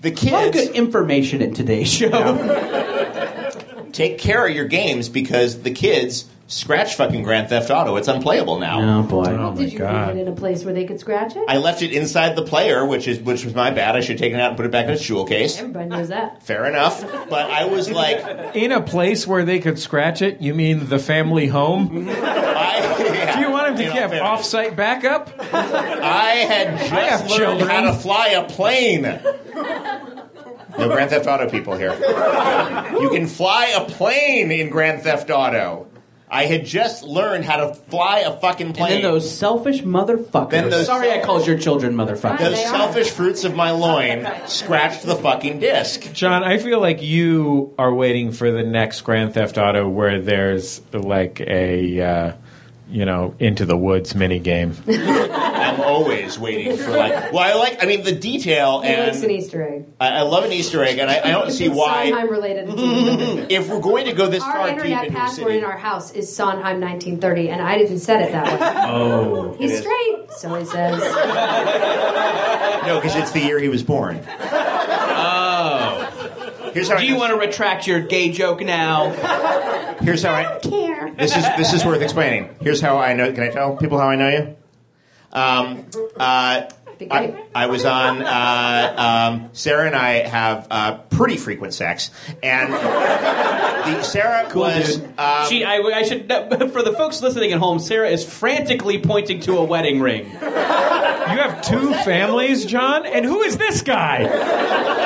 The A lot of good kids information in today's show. [LAUGHS] take care of your games because the kids scratch fucking Grand Theft Auto. It's unplayable now. boy. Oh my Did you leave god. it in a place where they could scratch it? I left it inside the player, which is which was my bad. I should have taken it out and put it back in its jewel case. Everybody knows that. Fair enough. But I was like, In a place where they could scratch it, you mean the family home? I, [LAUGHS] Do you want him to You know, have fair. off-site backup? I had just have learned children. how to fly a plane. No Grand Theft Auto people here. You can fly a plane in Grand Theft Auto. I had just learned how to fly a fucking And plane. then those selfish motherfuckers. Then those- Sorry, I called your children motherfuckers. Those They are. selfish fruits of my loin scratched the fucking disc. John, I feel like you are waiting for the next Grand Theft Auto where there's like a, uh, you know, into the woods mini game. I'm always waiting for like. Well, I like. I mean, the detail He likes an [LAUGHS] and Easter egg. I, I love an Easter egg, and I, I don't see It's Sondheim why. related. It's even better. [LAUGHS] If we're going to go this Our far internet deep into password city, in our house is Sondheim 1930, and I didn't set it that way. Oh, he's is. straight, so he says. [LAUGHS] no, because it's the year he was born. Oh. Here's Oh. Do how I you know- want to retract your gay joke now? Here's how I Care. This is this is worth explaining. Here's how I know. Can I tell people how I know you? Um, uh, Be great. I, I was on. Uh, um, Sarah and I have uh, pretty frequent sex, and the Sarah was. Um, she, I, I should. [LAUGHS] For the folks listening at home, Sarah is frantically pointing to a wedding ring. You have two families, John? And who is this guy?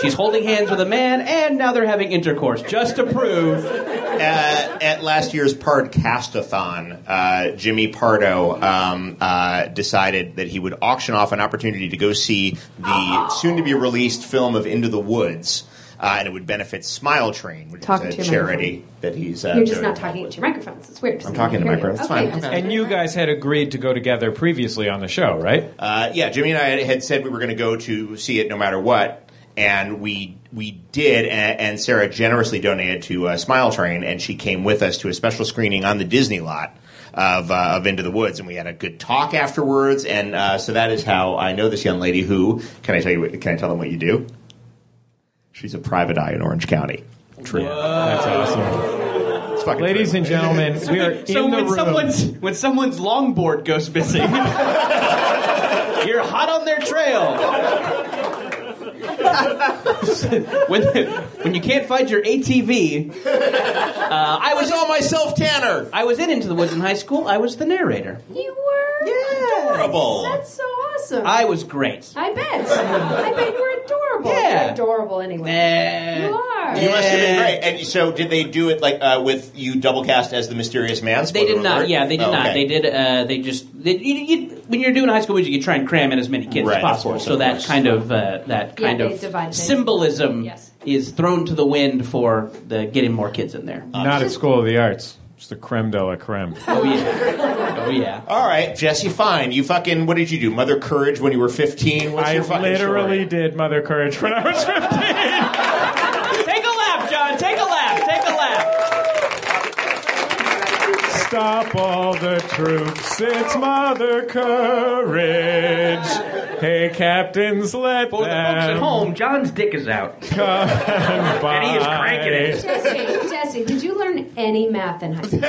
She's holding hands with a man, and now they're having intercourse just to [LAUGHS] prove. uh, at last year's Pardcastathon, uh, Jimmy Pardo um, uh, decided that he would auction off an opportunity to go see the soon-to-be-released film of Into the Woods, uh, and it would benefit Smile Train, which Talk to is a your charity that he's. Uh, You're just doing. not talking into your microphones. It's weird. I'm talking to Hear you. microphones. It's Okay, fine. just- And you guys had agreed to go together previously on the show, right? Uh, yeah, Jimmy and I had said we were going to go to see it no matter what, and we we did. And, and Sarah generously donated to uh, Smile Train, and she came with us to a special screening on the Disney lot of uh, of Into the Woods, and we had a good talk afterwards. And uh, so that is how I know this young lady. Who can I tell you? what- Can I tell them what you do? She's a private eye in Orange County. True. That's awesome. It's fucking Ladies and gentlemen, we [LAUGHS] are in So the when room. someone's when someone's longboard goes missing, [LAUGHS] you're hot on their trail. [LAUGHS] when, when you can't find your ATV, uh, I was all myself, Tanner. I was in Into the Woods in high school. I was the narrator. You were Yeah. Adorable. That's so awesome. I was great. I bet. I bet you were adorable. Yeah. You're adorable anyway. Eh, You are. You must have been great. And so, did they do it like uh, with you double cast as the mysterious man? They did Spoiler not. alert. Yeah, they did Oh, not. okay. They did. Uh, they just. They, you, you, when you're doing high school music, you try and cram in as many kids Right, as of possible. course, so of that course. kind of uh, that Yeah, kind they of divide things. symbolism Yes. is thrown to the wind for the getting more kids in there. Not at School of the Arts. It's the creme de la creme. Oh yeah. [LAUGHS] Oh yeah. All right, Jesse. Fine. You fucking. What did you do? Mother Courage when you were fifteen. What's I your fucking literally story? did Mother Courage when I was 15. Take a lap, John. Take a lap. Take a lap. Stop all the troops, it's Mother Courage. Hey, captains, let For the folks at them home, John's dick is out. come by. And he is cranking it. Jesse, Jesse, did you learn any math in high [LAUGHS] school?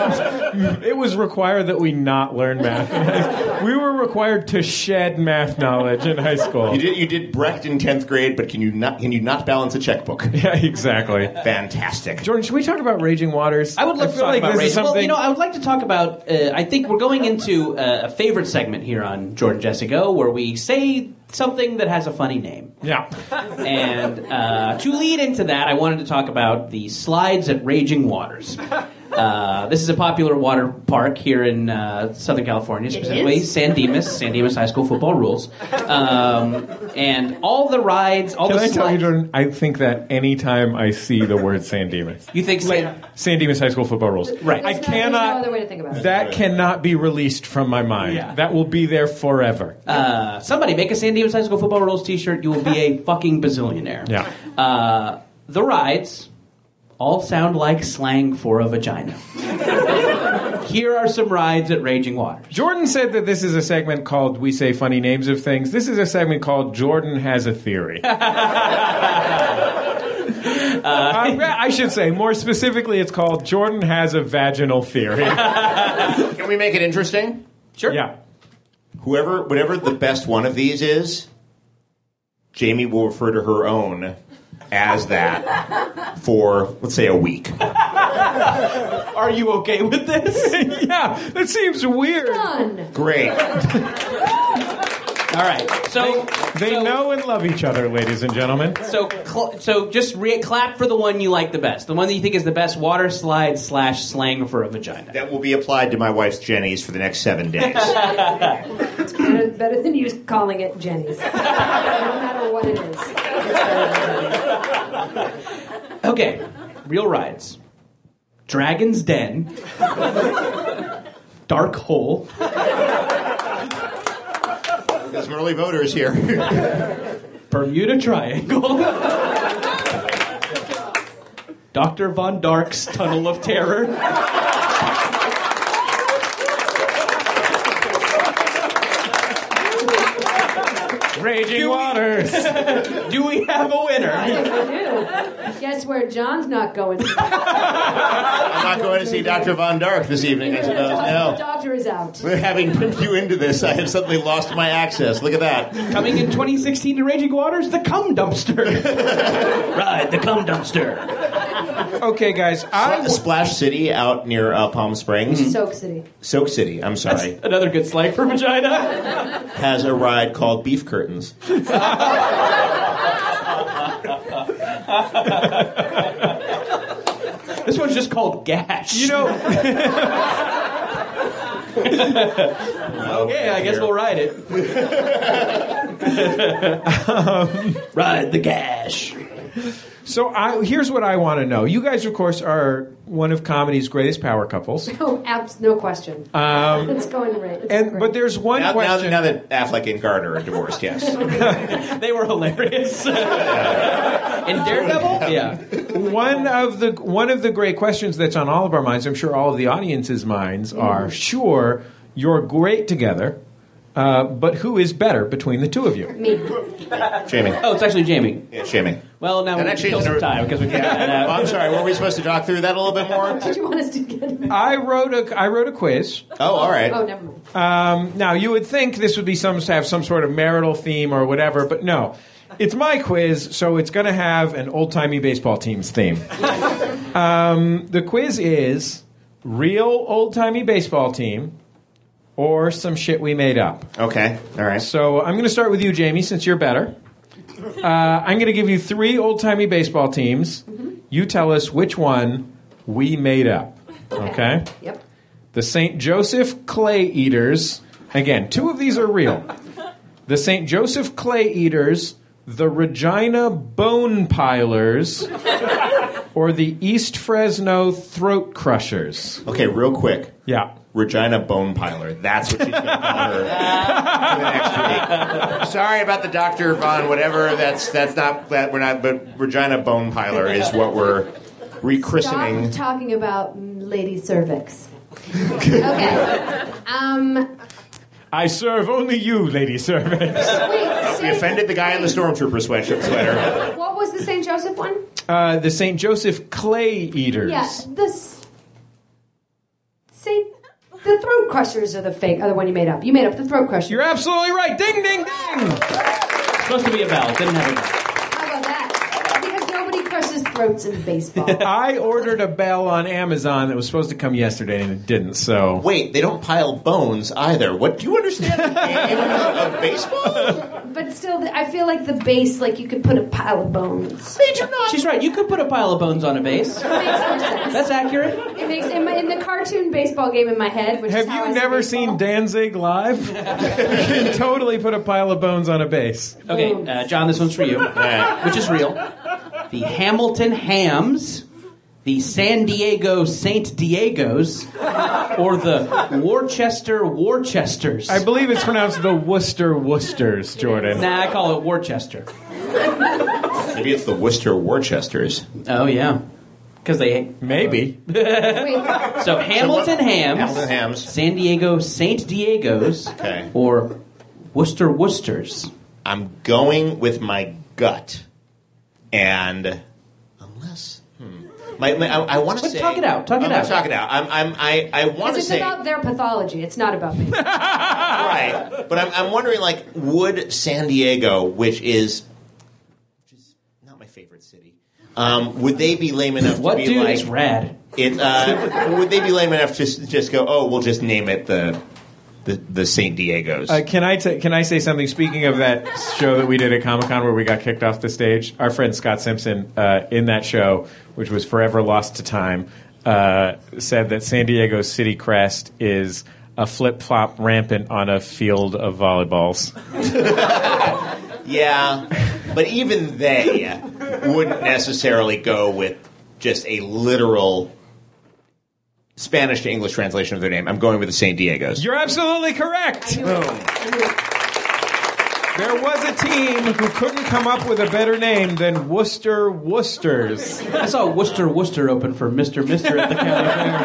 It was required that we not learn math. [LAUGHS] we were required to shed math knowledge in high school. You did. You did Brecht in tenth grade, but can you not? Can you not balance [LAUGHS] a checkbook? Yeah, exactly. Fantastic. Jordan, should we talk about Raging Waters? I would love to feel talk like about this race. is something. Well, you know, I would like to talk about. Uh, I think we're going into uh, a favorite segment here on Jordan Jesse Go, where we say something that has a funny name. yeah. And uh, to lead into that, I wanted to talk about the slides at Raging Waters. Uh, this is a popular water park here in uh, Southern California, specifically is? San Dimas. San Dimas High School football rules, um, and all the rides, all Can the I tell you, slides. Jordan? I think that anytime I see the word San Dimas, you think San? San Dimas High School football rules. Right. I There's no- cannot. there's no other way to think about it. That cannot be released from my mind. Yeah. That will be there forever. Uh, somebody make a San Dimas High School football rules T-shirt. You will [LAUGHS] be a fucking bazillionaire. Yeah. Uh, the rides all sound like slang for a [LAUGHS] vagina. Here are some rides at Raging Waters. Jordan said that this is a segment called We Say Funny Names of Things. This is a segment called Jordan Has a [LAUGHS] Theory. Uh, I should say, more specifically, it's called Jordan Has a Vaginal [LAUGHS] Theory. Can we make it interesting? Sure. yeah. Whoever, whatever the best one of these is, Jamie will refer to her own as that for let's say a week. Are you okay with [LAUGHS] this? Yeah, that seems weird. Fun. Great. All right. So They so, know and love each other, ladies and gentlemen. So cl- so just re- clap for the one you like the best, the one that you think is the best water slide slash slang for a vagina. That will be applied to my wife's Jenny's for the next seven days. Better, better than you calling it Jenny's. [LAUGHS] no matter what it is. It's better than Jenny's. Okay, real rides. Dragon's [LAUGHS] Den. Dark Hole. There's some early voters here. [LAUGHS] Bermuda Triangle. Dr. Von Dark's Tunnel of Terror. Raging Waters. [LAUGHS] Do we have a winner? I do. Guess where John's not [LAUGHS] going? I'm not going to see Dr. Von Dark this evening, I suppose. The No. doctor is out. Having [LAUGHS] pimped you into this, I have suddenly lost my access. Look at that. Coming in 2016 to Raging Waters, the cum dumpster. Ride the cum dumpster. Okay, guys. I Splash City out near uh, Palm Mm-hmm. Springs. Soak City. Soak City, I'm sorry, Another good slang for vagina. has a ride called Beef Curtains. This one's just called Gash. you know, okay, I guess we'll ride it. [LAUGHS] ride the gash. So I, here's what I want to know. You guys, of course, are one of comedy's greatest power couples. No abs. No question. Um, [LAUGHS] it's going right. It's And great. but there's one Now, now, question. now that Affleck and Gardner are divorced, yes. They were [LAUGHS] hilarious. In Daredevil? Yeah. one of the one of the great questions that's on all of our minds. I'm sure all of the audience's minds Mm-hmm. are. Sure, you're great together, uh, but who is better between the two of you? me. Jamie. Oh, it's actually Jamie. [LAUGHS] Yeah, Jamie. Well, now we That have to actually kill some isn't a- time because we figured that Oh, out. I'm sorry. Were we supposed to talk through that a little bit more? [LAUGHS] Did you want us to get? I wrote a I wrote a quiz. Oh, all right. Oh, never mind. Um, now you would think this would be some have some sort of marital theme or whatever, but no. It's my quiz, so it's going to have an old timey baseball team's [LAUGHS] theme. um, the quiz is real old timey baseball team or some shit we made up. Okay. All right. So I'm going to start with you, Jamie, since you're better. Uh, I'm going to give you three old timey baseball teams. You tell us which one we made up. Okay? Yep. The St. Joseph Clay Eaters. Again, two of these are real. The St. Joseph Clay Eaters, the Regina Bone Pilers, or the East Fresno Throat Crushers. Okay. Real quick. Yeah. Regina Bone Piler. That's what she's going to call her for the next week. Sorry about the Dr. Von whatever. That's that's not that we're not. But Regina Bone Piler is what we're rechristening. Stop talking about lady cervix. okay. Um. I serve only you, Lady Servant. Wait. We offended the guy in the stormtrooper sweatshirt sweater. What was the St. Joseph one? Uh, the St. Joseph Clay Eaters. Yeah. The s- St. The throat crushers are the fake. Are the one you made up. You made up the throat crushers. You're absolutely right. Ding, ding, ding. It's supposed to be a bell. Didn't have a bell. How about that? Because nobody crushes throats in baseball. I ordered a bell on Amazon that was supposed to come yesterday and it didn't, so. Wait, they don't pile bones either. What do you understand the game of baseball? But still, the- I feel like the base, like you could put a pile of bones. They do not. She's right. You could put a pile of bones on a base. It makes more sense. That's accurate. It makes in, my, in the cartoon baseball game in my head. Which is Have how I you see never baseball. seen Danzig live? [LAUGHS] you can totally put a pile of bones on a base. Okay, uh, John, this one's for you, which is real. The Hamilton Hams, the San Diego Saint Diegos, or the Worcester Worcesters. I believe it's pronounced the Worcester Worcesters, Jordan. nah, I call it Worcester. Maybe it's the Worcester Worcesters. Oh yeah, because they Maybe. [LAUGHS] Wait, so Hamilton Hams, Hamilton Hams. San Diego Saint Diegos, Okay. or Worcester Worcesters. I'm going with my gut, and unless hmm. my, my- I, want to But say talk it out, talk it I'm gonna out. talk it out. I'm, I'm I, I want 'cause to it's say about their pathology. It's not [LAUGHS] about me. right, but I'm, I'm wondering like would San Diego, which is which is not my favorite city, um, would they be lame enough What to be dude like is rad? it? Uh, would they be lame enough to s- just go? Oh, we'll just name it the the, the Saint Diego's. Uh, can I ta- can I say something? Speaking of that show that we did at Comic Con where we got kicked off the stage, our friend Scott Simpson uh, in that show, which was forever lost to time, uh, said that San Diego's city crest is a flip flop rampant on a field of volleyballs. Yeah, but even they wouldn't necessarily go with just a literal Spanish to English translation of their name. I'm going with the San Diego's. You're absolutely correct. There was a team who couldn't come up with a better name than Worcester Worcesters. I saw Worcester Worcester open for Mister Mister at the county fair.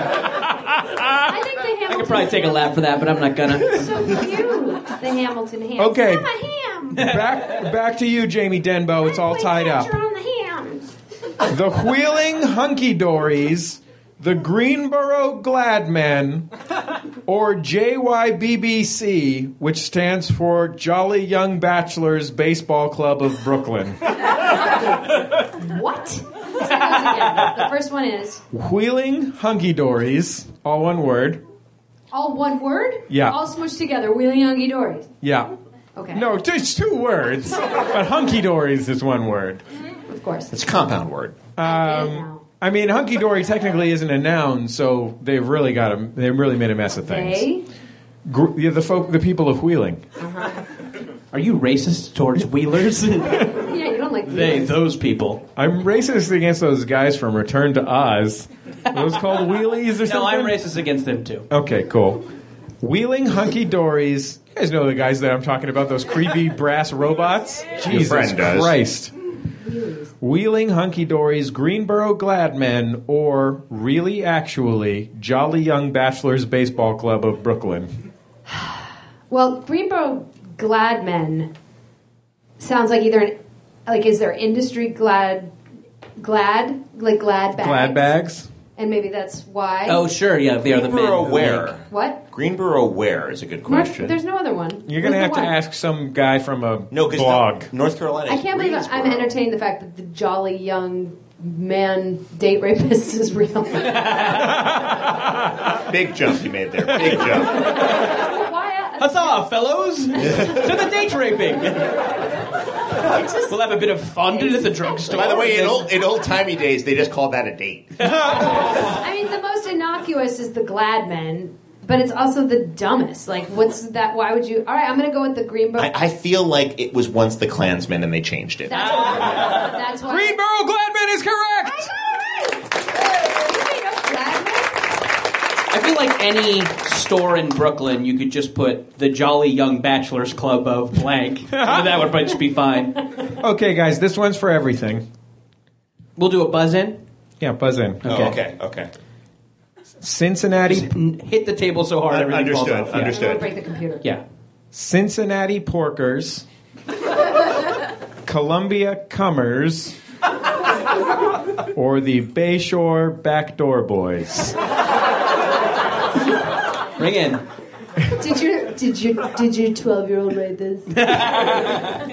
I think the Hamilton. I could probably take a lap for that, but I'm not gonna. So cute. The Hamilton ham. Okay. I'm a ham. Back back to you, Jamie Denbo. It's all Play tied up. catcher on the hams. The Wheeling Hunky Dories, the Greenboro Gladmen, or JYBBC, which stands for Jolly Young Bachelors Baseball Club of Brooklyn. What? So it goes again. The first one is Wheeling Hunky Dories, all one word. all one word. Yeah. All smushed together. Wheeling Yogi Dory. Yeah. Okay. No, it's two words, but hunky dories is one word. Of course. It's a compound word. I get it now. I mean, hunky dory technically isn't a noun, so they've really got a, they've really made a mess of things. They. Gr- yeah, the folk, the people of Wheeling. Are you racist towards wheelers? [LAUGHS] Yeah, you don't like they, these. those people. I'm racist against those guys from Return to Oz. Are those called wheelies or something? No, I'm racist against them too. Okay, cool. Wheeling hunky dories. You guys know the guys that I'm talking about? Those [LAUGHS] creepy brass robots. Jesus friend does. Christ. Wheeling hunky dories, Greenboro Gladmen, or really actually Jolly Young Bachelors Baseball Club of Brooklyn. Well, Greenboro Gladmen sounds like either an like is there industry glad glad like glad bags Glad bags. and maybe that's why Oh, sure, yeah, they are the men. Greenboro who make- where? what Greenboro where is a good Mark, question. there's no other one You're gonna Where's have the to one? ask some guy from a no, blog. because North Carolina. I is can't believe I'm Greensboro. entertaining the fact that the jolly young man date rapist is [LAUGHS] real. Why? Big jump you made there. Big jump. uh, Huzzah, [LAUGHS] fellows! to the date raping! It's just We'll have a bit of fondue at the drugstore. By the way, in and old in old timey days, they just called that a date. I mean, the most innocuous is the glad men, but it's also the dumbest. Like, what's that? Why would you? All right, I'm going to go with the Greenboro. I, I feel like it was once the Klansmen and they changed it. that's, why, that's why. Greenboro Gladman is correct. I feel like any store in Brooklyn, you could just put the Jolly Young Bachelors Club of blank. [LAUGHS] and that would just be fine. Okay, guys, this one's for everything. We'll do a buzz in. Yeah, buzz in. Oh, okay, okay. Cincinnati, Hit the table so hard, everything understood, falls off. Yeah. understood. Break the computer. Yeah. Cincinnati Porkers, Columbia Cummers, or the Bayshore Backdoor Boys. Ring in. Did you? Did you? Did your twelve year old write this? [LAUGHS]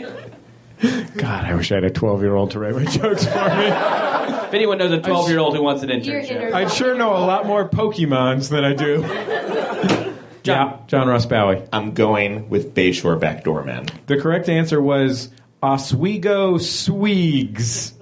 God, I wish I had a 12 year old to write my jokes for me. If anyone knows a 12 year old who wants an Your internship, inner- I sure know a lot more Pokemons than I do. John, John Ross Bowie. I'm going with Bayshore Backdoor Man. The correct answer was Oswego Swigs.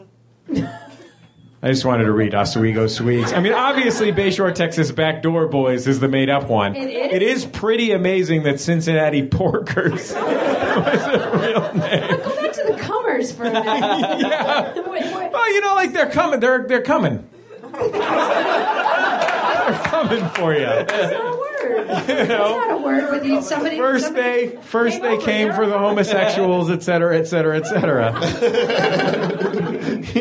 I just wanted to read Oswego Swigs. I mean, obviously, Bayshore, Texas Backdoor Boys is the made up one. It is? It is pretty amazing that Cincinnati Porkers was a real name. Go back to the Cummers for a minute. [LAUGHS] Yeah. Wait, wait. Well, you know, like they're coming. They're, they're coming. they're coming for you. It's not a word. It's not a word with you. Somebody. First somebody, they, first they over came there. for the homosexuals, et cetera, et cetera, et cetera.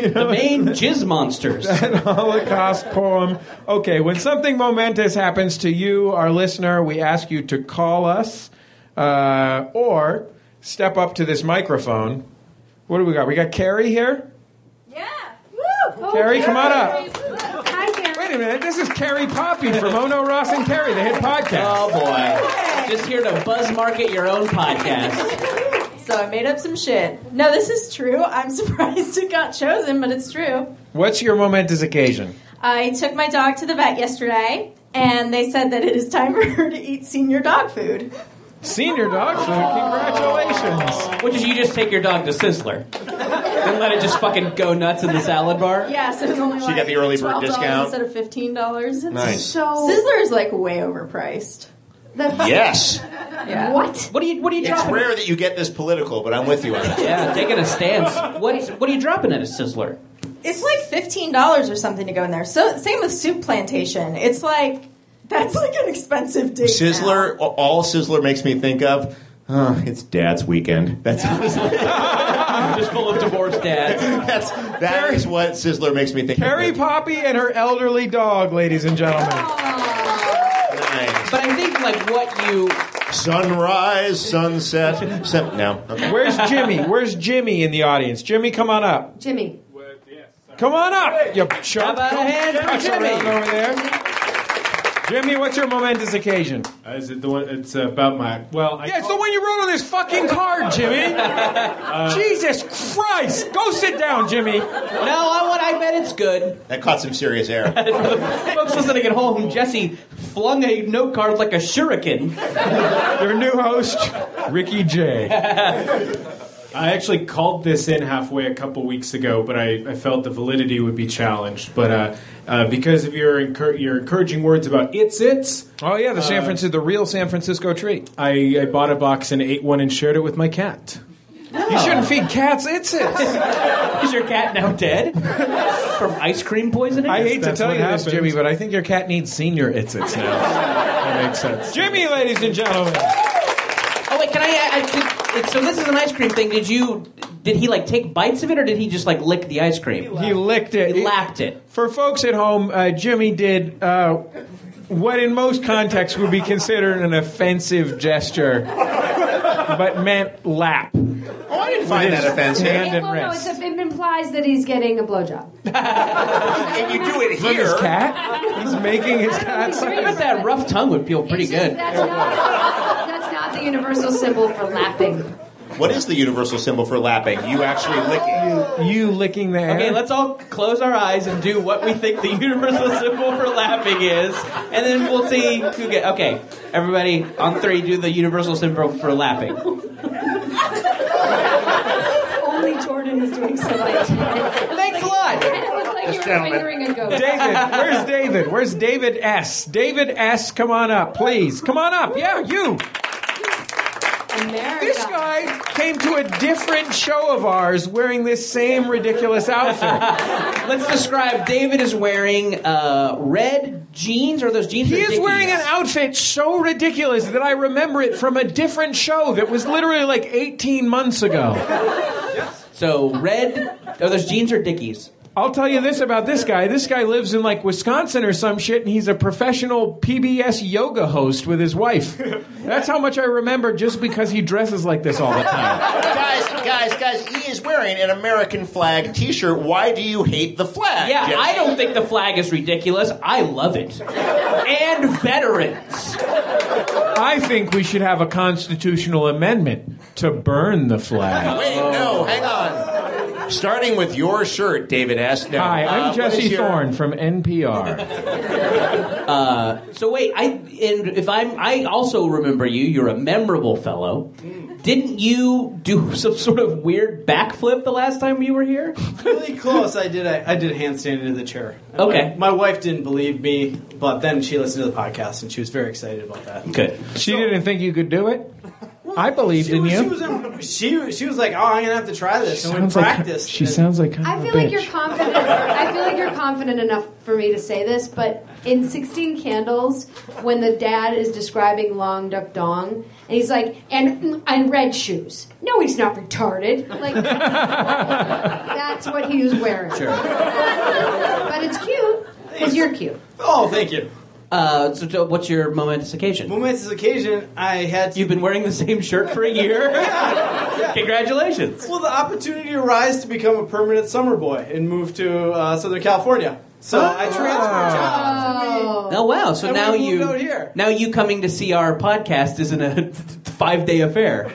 the main jizz [LAUGHS] monsters. Holocaust poem. Okay, when something momentous happens to you, our listener, we ask you to call us uh, or step up to this microphone. What do we got? We got Carrie here. Yeah. Oh, Carrie, come on up. Hi, Carrie. Wait a minute, this is Carrie Poppy from Ono Ross and Carrie, the hit podcast. Oh boy. Just here to buzz market your own podcast. So I made up some shit. No, this is true. I'm [LAUGHS] surprised it got chosen, but it's true. What's your momentous occasion? I took my dog to the vet yesterday, and they said that it is time for her to eat senior dog food. Senior dog food. Congratulations. Which is you just take your dog to Sizzler and let it just fucking go nuts in the salad bar. Yeah, so it was only She like got the early bird $12 discount. instead of fifteen dollars. Nice. So Sizzler is like way overpriced. Yes. Yeah. what? What are you what are you It's dropping? rare that you get this political, but I'm with you on it. Yeah, taking a stance. What what are you dropping at a Sizzler? It's like fifteen dollars or something to go in there. So same with Soup Plantation. It's like that's like an expensive date. Sizzler, all Sizzler makes me think of, uh, it's Dad's weekend. That's [LAUGHS] Just full of divorced dads. that's that is what Sizzler makes me think. Carrie of. Poppy and her elderly dog, ladies and gentlemen. Nice. But I think like what you Sunrise, sunset. Sun- no, okay. Where's Jimmy? Where's Jimmy in the audience? Jimmy, come on up. Jimmy. Come on up, you How chump. about a Don't hand for fuss Jimmy? around over there. Jimmy, what's your momentous occasion? Is it the one? It's about my. Well, I Yeah, it's the one you wrote on this fucking card, [LAUGHS] Jimmy. Uh, Jesus Christ. Go sit down, Jimmy. No, I want I bet it's good. That caught some serious [LAUGHS] air. Oh, Folks listening at home, Jesse flung a note card like a shuriken. Your new host, Ricky J. I actually called this in halfway a couple weeks ago, but I, I felt the validity would be challenged. But uh, uh, because of your encour- your encouraging words about it's it's, Oh yeah, the San Francisco, the real San Francisco tree. I, I bought a box and ate one and shared it with my cat. You shouldn't feed cats. It's [LAUGHS] it. Is your cat now dead? From ice cream poisoning? I hate to That's tell what you this, happens. Jimmy, but I think your cat needs senior it's it's now. That makes sense. Jimmy, ladies and gentlemen. Oh wait, can I? I did, it, so this is an ice cream thing. Did you? Did he like take bites of it, or did he just like lick the ice cream? He licked it. He lapped it. For folks at home, uh, Jimmy did uh, what in most contexts would be considered an offensive gesture, but meant lap. Oh, I didn't find that offensive. hand It, and well, no, it's wrist. a, it implies that he's getting a blowjob. And you do it From his here. cat? He's making his cat. I don't know if he's sign. doing But that rough tongue would feel pretty It's just- good. That's not, that's not the universal symbol for lapping. What is the universal symbol for lapping? You actually licking. You licking the air. Okay, let's all close our eyes and do what we think the [LAUGHS] universal symbol for laughing is, and then we'll see who get. Okay, everybody on three, do the universal symbol for laughing. Only Jordan is doing something. and [LAUGHS] Thanks a lot. it looked like you were gentleman. fingering a goat. David, where's David? Where's David S? David S, come on up, please. Come on up. Yeah, you. America. This guy came to a different show of ours wearing this same ridiculous outfit. Let's describe. David is wearing uh, red jeans. Or those jeans? He are is Dickies? wearing an outfit so ridiculous that I remember it from a different show that was literally like 18 months ago. So red. Are those jeans or Dickies? I'll tell you this about this guy. This guy lives in like Wisconsin or some shit, and he's a professional PBS yoga host with his wife. That's how much I remember just because he dresses like this all the time. Guys, guys, guys, he is wearing an American flag t shirt. Why do you hate the flag? Yeah, Jesse? I don't think the flag is ridiculous. I love it. And veterans. I think we should have a constitutional amendment to burn the flag. Wait, no, hang on. Starting with your shirt, David S. No. Hi, Uh, I'm what Jesse is your- Thorne from [LAUGHS] NPR. So wait, I and if I'm I also remember you. You're a memorable fellow. Mm. Didn't you do [LAUGHS] some sort of weird backflip the last time you were here? really close. I did. I, I did a handstand into the chair. And Okay. Uh, My, my wife didn't believe me, but then she listened to the podcast and she was very excited about that. Good. She didn't think you could do it. I believed She in was, she, you. was in, she she was like, "Oh, I'm gonna have to try this." And we Sounds like- practiced. she and- sounds like kind I of feel a like you're bitch. confident. I feel like you're confident enough for me to say this, but in 16 Candles, when the dad is describing Long Duck Dong, and he's like, and and red shoes. No, he's not retarded. Like that's what he was wearing. but it's cute because you're cute. Oh, thank you. Uh, so, so what's your momentous occasion? Momentous occasion, I had. To, You've been wearing the same shirt [LAUGHS] for a year. [LAUGHS] Congratulations. well, the opportunity arose to become a permanent summer boy and move to uh, Southern California. So Ah. I transferred jobs. Oh wow! So And we now moved you out here. now you coming to see our podcast isn't a [LAUGHS] five day [LAUGHS] affair.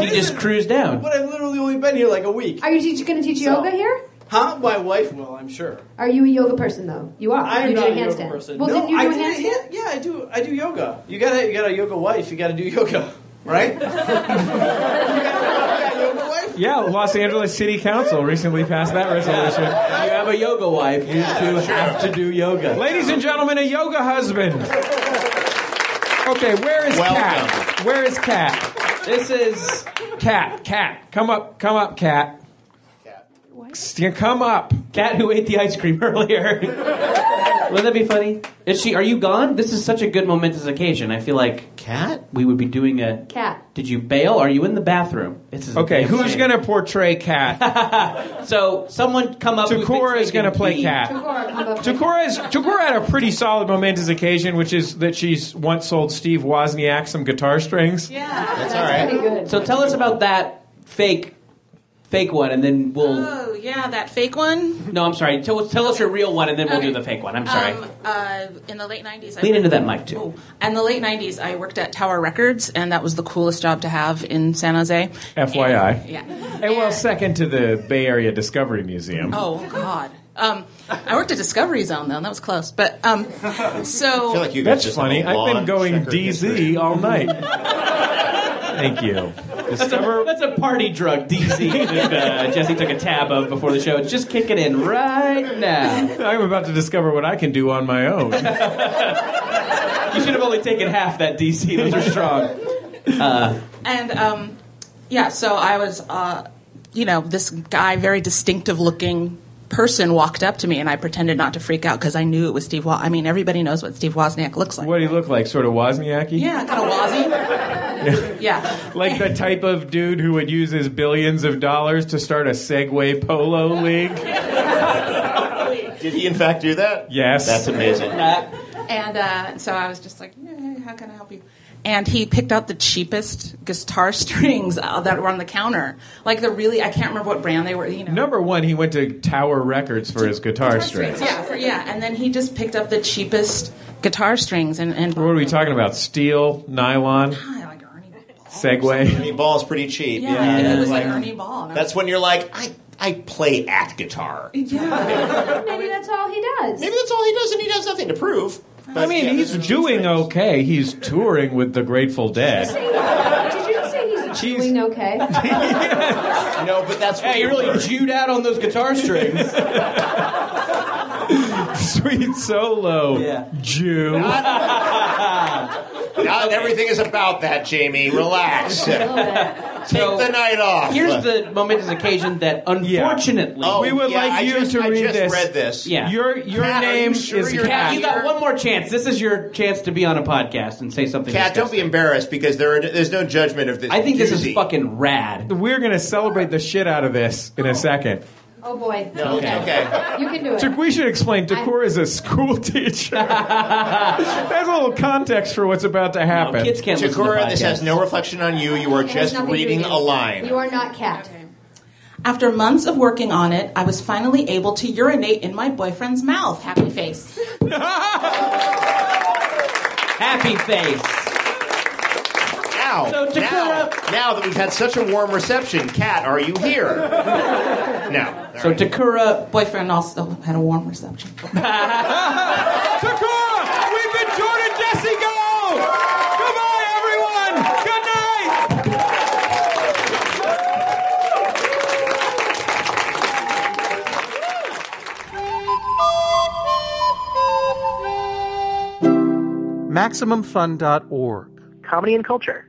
you just cruise And we- down. But I've literally only been here like a week. Are you teach, going to teach yoga here? Huh? My wife will, I'm sure. Are you a yoga person though? You are. I am you not did a a yoga handstand. person. Well, no, didn't you do I a handstand? did a hand- yeah, I do. I do yoga. You gotta, you got a yoga wife. You gotta do yoga, right? [LAUGHS] you, got, you got a yoga wife. Yeah, Los Angeles City Council recently passed that resolution. You have a yoga wife. You two have to do yoga. Ladies and gentlemen, a yoga husband. Okay, where is Cat? Where is Cat? This is Cat, Cat, come up, come up, Cat. Cat, come up. Cat who ate the ice cream [LAUGHS] earlier. Wouldn't that be funny? Is she? Are you gone? This is such a good momentous occasion. I feel like cat. We would be doing a Cat. Did you bail? Are you in the bathroom? This is a Okay, damn who's shame. going to portray Cat? So someone come up. who thinks Takora they is going to can play be- Cat. Takora, come up. Takora, is, Takora had a pretty solid momentous occasion, which is that she's once sold Steve Wozniak some guitar strings. Yeah. That's all That's right. pretty good. So tell us about that fake, fake one, and then we'll. Oh, yeah, that fake one. no, I'm sorry. Tell, tell us your real one, and then we'll Okay. do the fake one. I'm sorry. Um, uh, in the late 90s. I Lean into worked- that mic too. Oh, in the late 90s, I worked at Tower Records, and that was the coolest job to have in San Jose. FYI. And- yeah. And well, second to the Bay Area Discovery Museum. Oh, God. Um, I worked at Discovery Zone, though, and that was close. But um, so. I feel like you guys That's just funny. have a I've been long going checkered history. DZ all night. Thank you. Discover. That's a party drug, DZ. that uh, Jesse took a tab of before the show. It's just kicking in right now. I'm about to discover what I can do on my own. You should have only taken half that DC. Those are strong. And um, yeah, so I was, uh, you know, this guy, very distinctive looking person, walked up to me, and I pretended not to freak out because I knew it was Steve. Woz- I mean, everybody knows what Steve Wozniak looks like. What do you look like? Sort of Wozniak? Yeah, kind of wazzy. yeah. Like the type of dude who would use his billions of dollars to start a Segway Polo League? Did he in fact do that? Yes. That's amazing. Uh, and uh, so I was just like, "Eh, how can I help you? And he picked out the cheapest guitar [LAUGHS] strings uh, that were on the counter, like the really I can't remember what brand they were. You know, Number one, he went to Tower Records for his guitar strings. Yeah, for, yeah. And then he just picked up the cheapest guitar strings and and What are we talking about? Steel, nylon, like Ernie Ball. Segway. [LAUGHS] Ernie Ball's pretty cheap. Yeah, and it was like, Ernie Ball. And I That's when you're like, I, I play at guitar. Maybe Maybe that's all he does. that's all he does, and he does nothing to prove. But, I mean, yeah, he's those are doing strings. okay. He's touring with the Grateful Dead. Did you just say he's She's- doing okay? No, but that's what Hey, you really chewed out on those guitar strings. [LAUGHS] Sweet solo, Yeah. Jew. [LAUGHS] Not everything is about that, Jamie. [LAUGHS] Relax. Take A little bit. So, the night off. Here's the momentous occasion that unfortunately. Oh, We would yeah, like I you just, to I read just this. read this. Yeah. Your your Cat, are you name sure is you're Cat. not- You got one more chance. This is your chance to be on a podcast and say something. Cat, don't be disgusting. embarrassed because there are, there's no judgment of this. I think this is doozy. fucking rad. We're gonna celebrate the shit out of this in a second. Oh boy. Okay. okay. You can do So it. we should explain. Decor is a school [LAUGHS] teacher. That's a little context for what's about to No, happen. kids can't listen to Takura, this podcasts. has no reflection on you. You are It has just nothing to do reading with a line. You are not cat. After months of working on it, I was finally able to urinate in my boyfriend's mouth. Happy face. happy face. Now, So, Takura- now, now that we've had such a warm reception, Cat, are you here? [LAUGHS] no. So Takura, Boyfriend also had a warm reception. Takura, we've been Jordan Jesse Go. Goodbye, everyone. Good night. MaximumFun.org. Comedy and culture.